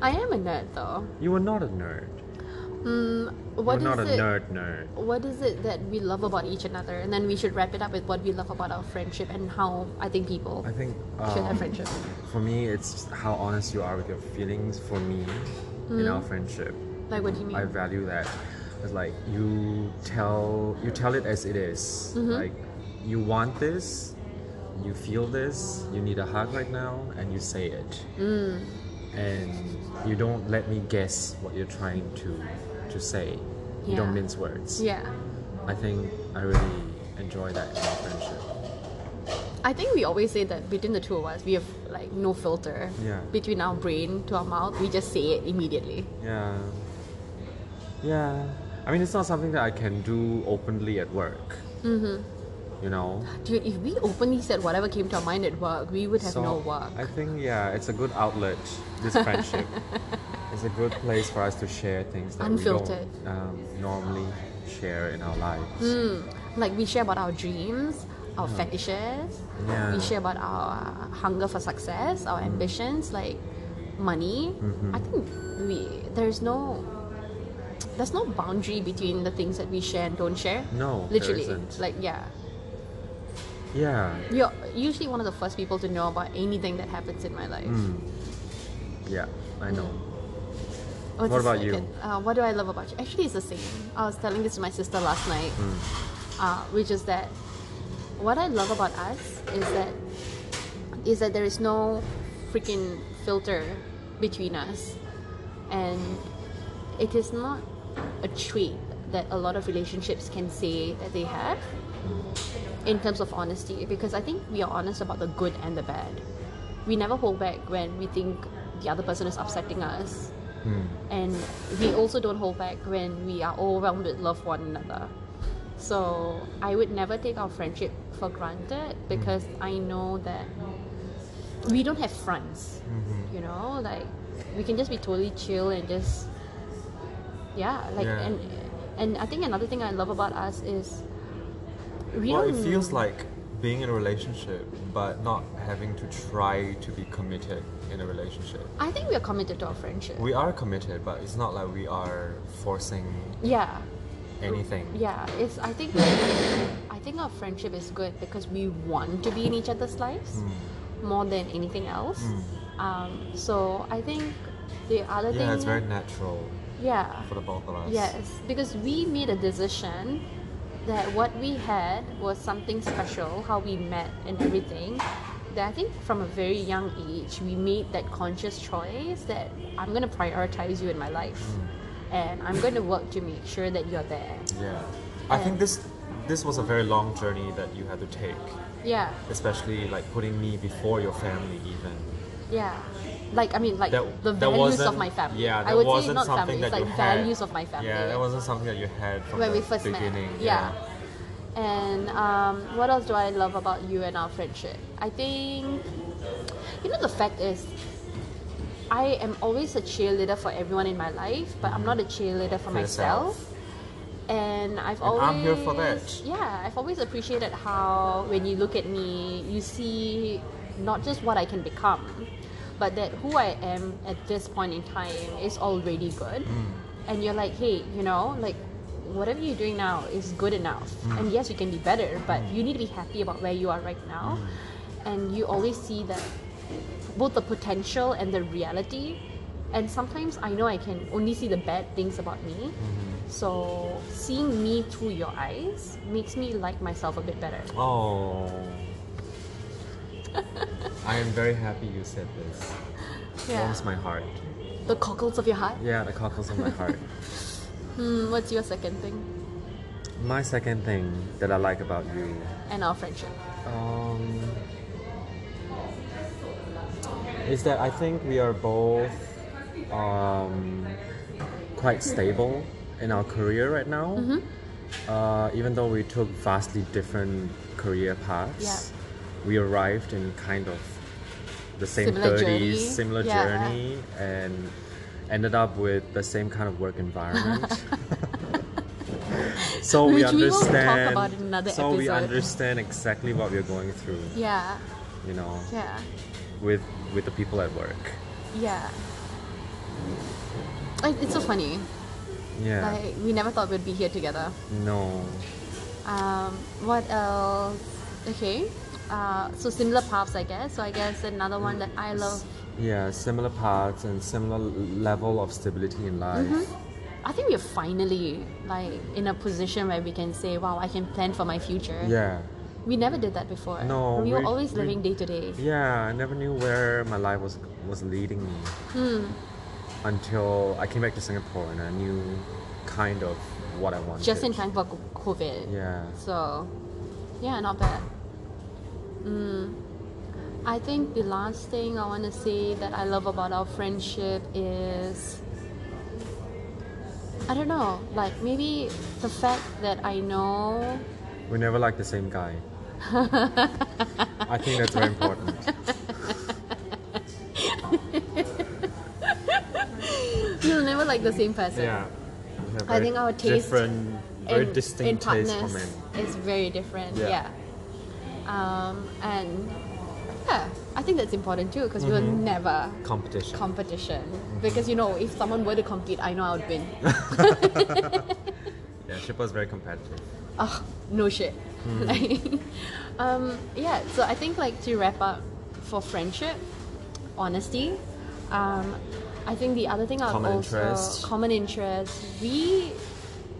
Speaker 2: I am a nerd though.
Speaker 1: you were not a nerd.
Speaker 2: Mm, what
Speaker 1: You're not
Speaker 2: is
Speaker 1: a
Speaker 2: it?
Speaker 1: nerd nerd.
Speaker 2: What is it that we love about each another? And then we should wrap it up with what we love about our friendship and how I think people
Speaker 1: I think
Speaker 2: should have
Speaker 1: um,
Speaker 2: friendship.
Speaker 1: for me, it's how honest you are with your feelings. For me,
Speaker 2: Hmm?
Speaker 1: in our friendship,
Speaker 2: Like, what do you mean?
Speaker 1: I value that. It's like you tell you tell it as it is.
Speaker 2: Mm-hmm.
Speaker 1: Like you want this, you feel this, you need a hug right now, and you say it.
Speaker 2: Mm.
Speaker 1: And you don't let me guess what you're trying to to say. You don't
Speaker 2: Yeah.
Speaker 1: mince words.
Speaker 2: yeah.
Speaker 1: I think I really enjoy that in our friendship.
Speaker 2: I think we always say that between the two of us, we have like no filter
Speaker 1: Yeah.
Speaker 2: between our brain to our mouth. We just say it immediately.
Speaker 1: Yeah. Yeah. I mean, it's not something that I can do openly at work. Mm-hmm. You know?
Speaker 2: Dude, if we openly said whatever came to our mind at work, we would have
Speaker 1: So,
Speaker 2: no work.
Speaker 1: I think, yeah, it's a good outlet, this friendship. it's a good place for us to share things that
Speaker 2: Unfiltered.
Speaker 1: we don't um, normally share in our lives.
Speaker 2: Hmm. like we share about our dreams our fetishes
Speaker 1: Yeah. Mm-hmm.
Speaker 2: we share about our hunger for success our ambitions like money i think we there's no there's no boundary between the things that we share and don't share
Speaker 1: No, there
Speaker 2: literally
Speaker 1: isn't.
Speaker 2: like yeah
Speaker 1: Yeah.
Speaker 2: You're usually one of the first people to know about anything that happens in my life.
Speaker 1: Yeah. I know.
Speaker 2: Oh, it's
Speaker 1: What
Speaker 2: the
Speaker 1: about you?
Speaker 2: second- Uh, what do I love about you? Actually, it's the same. I was telling this to my sister last night,
Speaker 1: Hmm.
Speaker 2: uh, which is that what I love about us is that is that there is no freaking filter between us, and it is not a trait that a lot of relationships can say that they have in terms of honesty because I think we are honest about the good and the bad. We never hold back when we think the other person is upsetting us.
Speaker 4: Hmm.
Speaker 2: And we also don't hold back when we are overwhelmed with love for one another. So I would never take our friendship for granted because
Speaker 4: Hmm.
Speaker 2: I know that we don't have fronts.
Speaker 4: Mm-hmm.
Speaker 2: You know, like we can just be totally chill and just yeah, like
Speaker 1: Yeah.
Speaker 2: and and I think another thing I love about us is we
Speaker 4: Well, it
Speaker 2: don't
Speaker 4: feels like being in a relationship, but not having to try to be committed in a relationship.
Speaker 2: I think we are committed to our friendship.
Speaker 4: We are committed, but it's not like we are forcing
Speaker 2: yeah,
Speaker 4: anything.
Speaker 2: yeah. It's I think I think our friendship is good because we want to be in each other's lives
Speaker 4: Hmm.
Speaker 2: more than anything else. Um, so I think the other thing,
Speaker 4: Yeah, it's very natural
Speaker 2: yeah,
Speaker 4: for the both of us.
Speaker 2: yes, because we made a decision that what we had was something special, how we met and everything. That I think from a very young age we made that conscious choice that I'm gonna prioritize you in my life.
Speaker 4: Mm.
Speaker 2: And I'm going to work to make sure that you're there.
Speaker 4: Yeah. I think
Speaker 2: And-
Speaker 4: this this was a very long journey that you had to take,
Speaker 2: Yeah,
Speaker 4: especially like putting me before your family even.
Speaker 2: yeah. Like I mean, like
Speaker 4: That
Speaker 2: the
Speaker 4: that
Speaker 2: values of
Speaker 4: wasn't-
Speaker 2: my family.
Speaker 4: Yeah, that
Speaker 2: I would say
Speaker 4: wasn't
Speaker 2: not
Speaker 4: something
Speaker 2: family, it's
Speaker 4: that you
Speaker 2: like
Speaker 4: had.
Speaker 2: values of my family.
Speaker 4: Yeah, that wasn't something that you had from
Speaker 2: when
Speaker 4: the
Speaker 2: we first
Speaker 4: beginning.
Speaker 2: met. Yeah. And um, what else do I love about you and our friendship? I think you know the fact is, I am always a cheerleader for everyone in my life, but I'm not a cheerleader for,
Speaker 4: For yourself.
Speaker 2: myself. And I've
Speaker 4: And
Speaker 2: always
Speaker 4: I'm here for that.
Speaker 2: Yeah, I've always appreciated how when you look at me, you see not just what I can become, but that who I am at this point in time is already good.
Speaker 4: Mm.
Speaker 2: And you're like, hey, you know, like whatever you're doing now is good enough.
Speaker 4: Mm.
Speaker 2: And yes, you can be better, but you need to be happy about where you are right now.
Speaker 4: Mm.
Speaker 2: And you always see that both the potential and the reality. And sometimes I know I can only see the bad things about me. So seeing me through your eyes makes me like myself a bit better.
Speaker 4: Oh. I am very happy you said this.
Speaker 2: Yeah.
Speaker 4: Warms my heart.
Speaker 2: The cockles of your heart.
Speaker 1: Yeah, the cockles of my heart.
Speaker 2: Hmm, what's your second thing?
Speaker 1: my second thing that I like about you,
Speaker 2: And our friendship.
Speaker 1: um, is that I think we are both um, quite stable in our career right now.
Speaker 2: Mm-hmm.
Speaker 1: Uh, even though we took vastly different career paths, we arrived in kind of the same
Speaker 2: Similar
Speaker 1: 30s,
Speaker 2: journey.
Speaker 1: similar
Speaker 2: Yeah.
Speaker 1: journey, and ended up with the same kind of work environment. so we
Speaker 2: Which we will talk
Speaker 1: understand.
Speaker 2: about in another
Speaker 1: so we
Speaker 2: episode.
Speaker 1: understand exactly what we're going through.
Speaker 2: Yeah.
Speaker 1: You know,
Speaker 2: Yeah.
Speaker 1: with with the people at work.
Speaker 2: Yeah. Like, It's so funny.
Speaker 1: Yeah.
Speaker 2: Like we never thought we'd be here together.
Speaker 1: no.
Speaker 2: Um, what else? Okay. Uh, so similar paths, I guess. So I guess another one that I love.
Speaker 1: Yeah, similar paths and similar l- level of stability in life.
Speaker 2: Mm-hmm. I think we're finally like in a position where we can say, "Wow, I can plan for my future."
Speaker 1: Yeah.
Speaker 2: We never did that before.
Speaker 1: No,
Speaker 2: We were
Speaker 1: we-
Speaker 2: always
Speaker 1: we-
Speaker 2: living day to day.
Speaker 1: Yeah, I never knew where my life was was leading me
Speaker 2: Hmm.
Speaker 1: until I came back to Singapore and I knew kind of what I wanted.
Speaker 2: Just in time for co- COVID.
Speaker 1: Yeah.
Speaker 2: So, yeah, not bad. Mm. I think the last thing I want to say that I love about our friendship is I don't know, like maybe the fact that I know
Speaker 1: We never like the same guy. I think that's very important.
Speaker 2: you'll never like the same person.
Speaker 1: Yeah. We have
Speaker 2: I
Speaker 1: very
Speaker 2: think our taste
Speaker 1: different, very
Speaker 2: in-
Speaker 1: distinct
Speaker 2: in
Speaker 1: taste for
Speaker 2: partners
Speaker 1: men.
Speaker 2: is very different.
Speaker 1: Yeah.
Speaker 2: Yeah. Um, and yeah, I think that's important too because we'll
Speaker 1: Mm-hmm.
Speaker 2: never
Speaker 1: Competition.
Speaker 2: competition because you know if someone were to compete, I know I would win.
Speaker 1: yeah, Shippa is very competitive.
Speaker 2: Ugh, Ah, no shit.
Speaker 1: Mm-hmm.
Speaker 2: Like, um, yeah. So I think like to wrap up for friendship, honesty. Um, I think the other thing I'll
Speaker 4: Common
Speaker 2: also
Speaker 4: interest.
Speaker 2: common interest. We,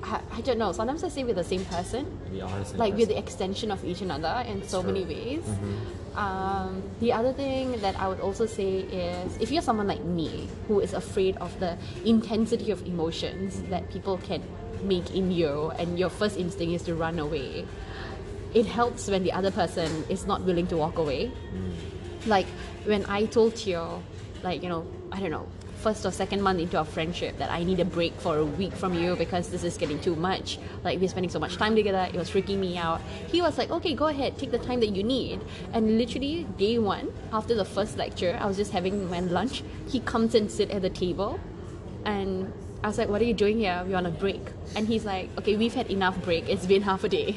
Speaker 2: I, I don't know. Sometimes I stay with the same person
Speaker 1: We are the same
Speaker 2: like we're the
Speaker 1: person.
Speaker 2: extension of each another in so
Speaker 1: true.
Speaker 2: many ways. Um, the other thing that I would also say is if you're someone like me who is afraid of the intensity of emotions that people can make in you, and your first instinct is to run away, it helps when the other person is not willing to walk away. Like when I told Tio, like, you know, I don't know, first or second month into our friendship that I need a break for a week from you because this is getting too much. Like we're spending so much time together, it was freaking me out. He was like, Okay, go ahead, take the time that you need. And literally day one, after the first lecture, I was just having my lunch, he comes and sit at the table and I was like, What are you doing here? We're on a break. And he's like, Okay, we've had enough break. It's been half a day.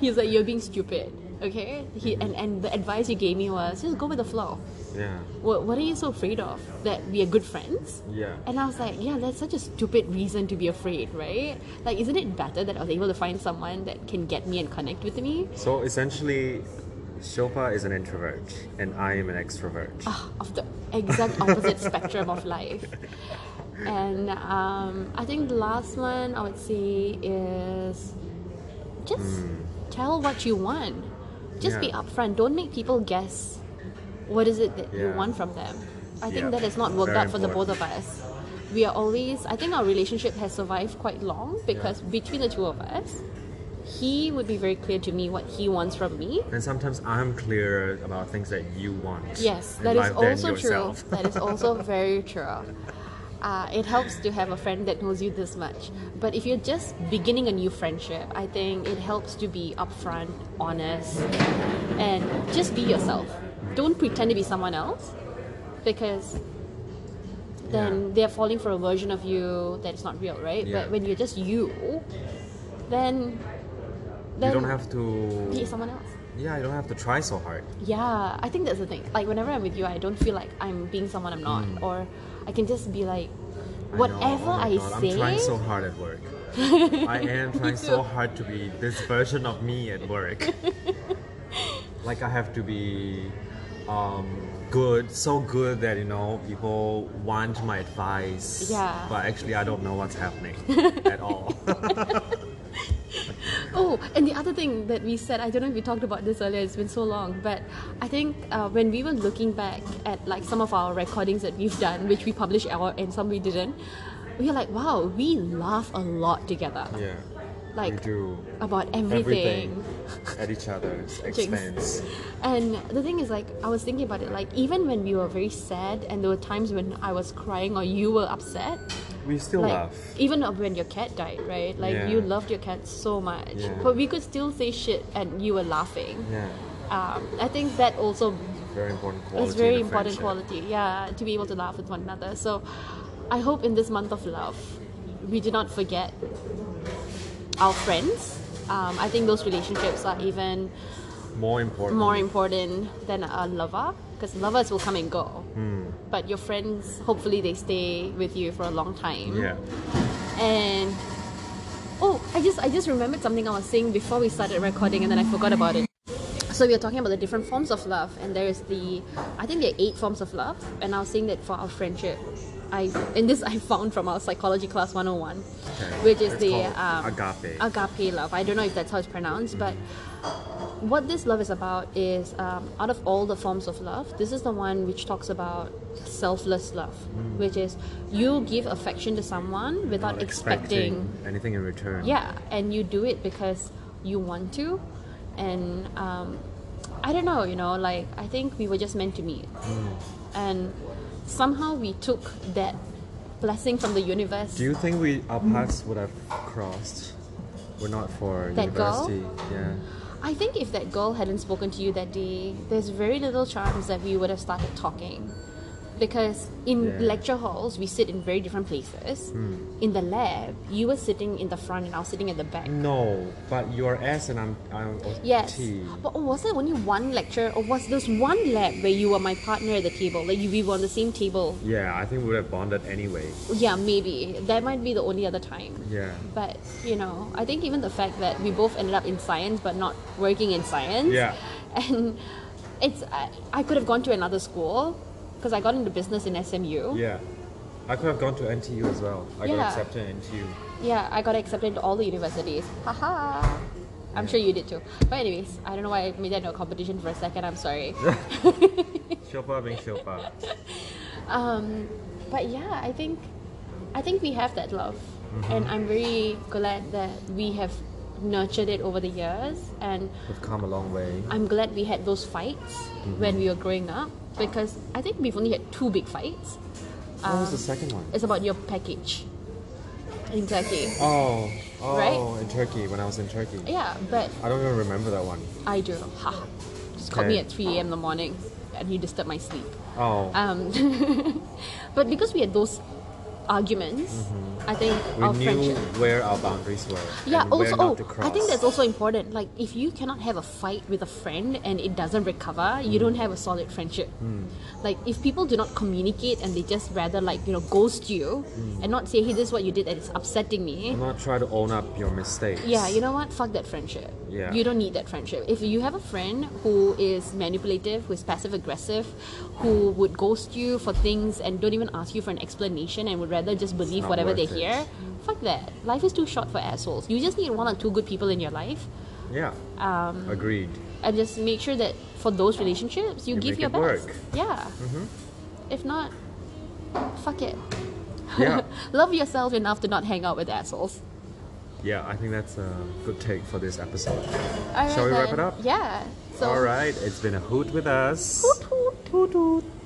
Speaker 2: he's like, You're being stupid. Okay? He, and, and the advice you gave me was just go with the flow.
Speaker 1: Yeah.
Speaker 2: What, what are you so afraid of? That we are good friends?
Speaker 1: Yeah.
Speaker 2: And I was like, Yeah, that's such a stupid reason to be afraid, right? Like, isn't it better that I was able to find someone that can get me and connect with me?
Speaker 1: So essentially, Shilpa is an introvert and I am an extrovert.
Speaker 2: of the exact opposite spectrum of life. And um, I think the last one I would say is just tell what you want. Just be
Speaker 1: Hmm. Yeah.
Speaker 2: upfront. Don't make people guess what is it that you
Speaker 1: Yeah.
Speaker 2: want from them. I think
Speaker 1: Yeah.
Speaker 2: that has not worked
Speaker 1: Very
Speaker 2: out for the both of us. We are always, I think our relationship has survived quite long because between the two of us, he would be very clear to me what he wants from me,
Speaker 1: And sometimes I'm clear about things that you want.
Speaker 2: Yes,
Speaker 1: in
Speaker 2: that is
Speaker 1: life than
Speaker 2: also true.
Speaker 1: yourself.
Speaker 2: that is also very true. Uh, it helps to have a friend that knows you this much. But if you're just beginning a new friendship, I think it helps to be upfront, honest, and just be yourself. Don't pretend to be someone else because then
Speaker 1: Yeah.
Speaker 2: they're falling for a version of you that is not real, right?
Speaker 1: Yeah.
Speaker 2: But when you're just you, then, then
Speaker 1: you don't have to.
Speaker 2: be someone else.
Speaker 1: Yeah, you don't have to try so hard.
Speaker 2: Yeah, I think that's the thing. Like whenever I'm with you, I don't feel like I'm being someone I'm not, or I can just be like,
Speaker 1: Hmm. I know,
Speaker 2: whatever
Speaker 1: oh my
Speaker 2: I,
Speaker 1: God,
Speaker 2: say.
Speaker 1: I'm trying so hard at work. I am trying so hard to be this version of me at work. like I have to be um, good, so good that you know people want my advice.
Speaker 2: Yeah.
Speaker 1: But actually, I don't know what's happening at all.
Speaker 2: Oh, and the other thing that we said, I don't know if we talked about this earlier, it's been so long, but I think uh, when we were looking back at like some of our recordings that we've done, which we published out and some we didn't, we were like, wow, we laugh a lot together.
Speaker 1: yeah.
Speaker 2: Like
Speaker 1: we do
Speaker 2: about
Speaker 1: everything
Speaker 2: everything.
Speaker 1: at each other's
Speaker 2: Jinx.
Speaker 1: expense.
Speaker 2: And the thing is, like, I was thinking about it, like, even when we were very sad and there were times when I was crying or you were upset,
Speaker 1: We still
Speaker 2: like,
Speaker 1: laugh.
Speaker 2: even of when your cat died, right? Like,
Speaker 1: Yeah.
Speaker 2: you loved your cat so much,
Speaker 1: Yeah.
Speaker 2: but we could still say shit and you were laughing.
Speaker 1: Yeah.
Speaker 2: Um, I think that also
Speaker 1: Very important quality.
Speaker 2: is
Speaker 1: in
Speaker 2: very
Speaker 1: a
Speaker 2: important
Speaker 1: friendship.
Speaker 2: quality, yeah, to be able to laugh with one another. So, I hope in this month of love, we do not forget our friends. Um, I think those relationships are even
Speaker 1: More important.
Speaker 2: more important than a lover because lovers will come and go
Speaker 1: Hmm.
Speaker 2: but your friends hopefully they stay with you for a long time
Speaker 1: Yeah.
Speaker 2: and oh i just i just remembered something i was saying before we started recording and then i forgot about it so we were talking about the different forms of love and there is the i think there are eight forms of love and i was saying that for our friendship i and this i found from our psychology class 101 which is
Speaker 1: It's
Speaker 2: the
Speaker 1: called
Speaker 2: um,
Speaker 1: agape.
Speaker 2: agape love i don't know if that's how it's pronounced but what this love is about is um, out of all the forms of love this is the one which talks about selfless love which is you give affection to someone without
Speaker 1: Mm. Not
Speaker 2: expecting
Speaker 1: anything in return.
Speaker 2: yeah, and you do it because you want to, and um, I don't know, you know, like I think we were just meant to meet,
Speaker 1: Mm.
Speaker 2: and somehow we took that blessing from the universe.
Speaker 1: Do you think we our paths would have crossed? We're not for
Speaker 2: That girl?
Speaker 1: university. Yeah.
Speaker 2: I think if that girl hadn't spoken to you that day, there's very little chance that we would have started talking. because in
Speaker 1: Yeah.
Speaker 2: lecture halls we sit in very different places. In the lab, you were sitting in the front and I was sitting at the back.
Speaker 1: No, but you are S and I'm I'm O-
Speaker 2: Yes,
Speaker 1: T.
Speaker 2: but was there only one lecture, or was there one lab where you were my partner at the table? Like you- we were on the same table.
Speaker 1: Yeah, I think we would have bonded anyway.
Speaker 2: Yeah, maybe that might be the only other time.
Speaker 1: Yeah.
Speaker 2: But you know, I think even the fact that we both ended up in science but not working in science.
Speaker 1: Yeah.
Speaker 2: And it's I, I could have gone to another school because I got into business in SMU.
Speaker 1: Yeah. I could have gone to NTU as well. I
Speaker 2: Yeah.
Speaker 1: got accepted in NTU.
Speaker 2: Yeah, I got accepted to all the universities. Haha. I'm sure you did too. But anyways, I don't know why I made that into a competition for a second. I'm sorry.
Speaker 1: Shilpa being Shilpa.
Speaker 2: Um, but yeah, I think I think we have that love,
Speaker 1: Mm-hmm.
Speaker 2: and I'm very glad that we have nurtured it over the years. And
Speaker 1: We've come a long way.
Speaker 2: I'm glad we had those fights
Speaker 1: Mm-hmm.
Speaker 2: when we were growing up because I think we've only had two big fights. Um,
Speaker 1: what was the second one?
Speaker 2: It's about your package in Turkey.
Speaker 1: Oh, oh,
Speaker 2: Right?
Speaker 1: in Turkey when I was in Turkey.
Speaker 2: Yeah, but
Speaker 1: I don't even remember that one.
Speaker 2: I do. Ha. Just called me
Speaker 1: Okay.
Speaker 2: at 3 a.m. in the morning and you disturbed my sleep.
Speaker 1: Oh,
Speaker 2: Um, but because we had those arguments, I think
Speaker 1: Mm-hmm. we
Speaker 2: our
Speaker 1: knew
Speaker 2: friendship.
Speaker 1: where our boundaries were.
Speaker 2: oh, Yeah,
Speaker 1: and where
Speaker 2: also,
Speaker 1: not to
Speaker 2: oh,
Speaker 1: cross.
Speaker 2: I think that's also important. Like, if you cannot have a fight with a friend and it doesn't recover,
Speaker 1: Hmm.
Speaker 2: you don't have a solid friendship. Like, if people do not communicate and they just rather, like, you know, ghost you
Speaker 1: Hmm.
Speaker 2: and not say, hey, this is what you did and it's upsetting me.
Speaker 1: I'm not trying to own up your mistakes.
Speaker 2: Yeah, you know what? Fuck that friendship.
Speaker 1: Yeah.
Speaker 2: You don't need that friendship. If you have a friend who is manipulative, who is passive aggressive, who would ghost you for things and don't even ask you for an explanation and would rather just believe
Speaker 1: not
Speaker 2: whatever they
Speaker 1: worth it.
Speaker 2: hear, fuck that. Life is too short for assholes. You just need one or two good people in your life
Speaker 1: Yeah. Um, Agreed.
Speaker 2: and just make sure that for those relationships, you,
Speaker 1: You
Speaker 2: give
Speaker 1: make
Speaker 2: your
Speaker 1: it
Speaker 2: best.
Speaker 1: work. Mm-hmm.
Speaker 2: Yeah. If not, fuck it.
Speaker 1: Yeah.
Speaker 2: Love yourself enough to not hang out with assholes.
Speaker 1: Yeah, I think that's a good take for this episode.
Speaker 2: All right,
Speaker 1: Shall we wrap
Speaker 2: then.
Speaker 1: it up?
Speaker 2: Yeah. So,
Speaker 1: All right, it's been a hoot with us.
Speaker 2: Toot, toot, toot, toot.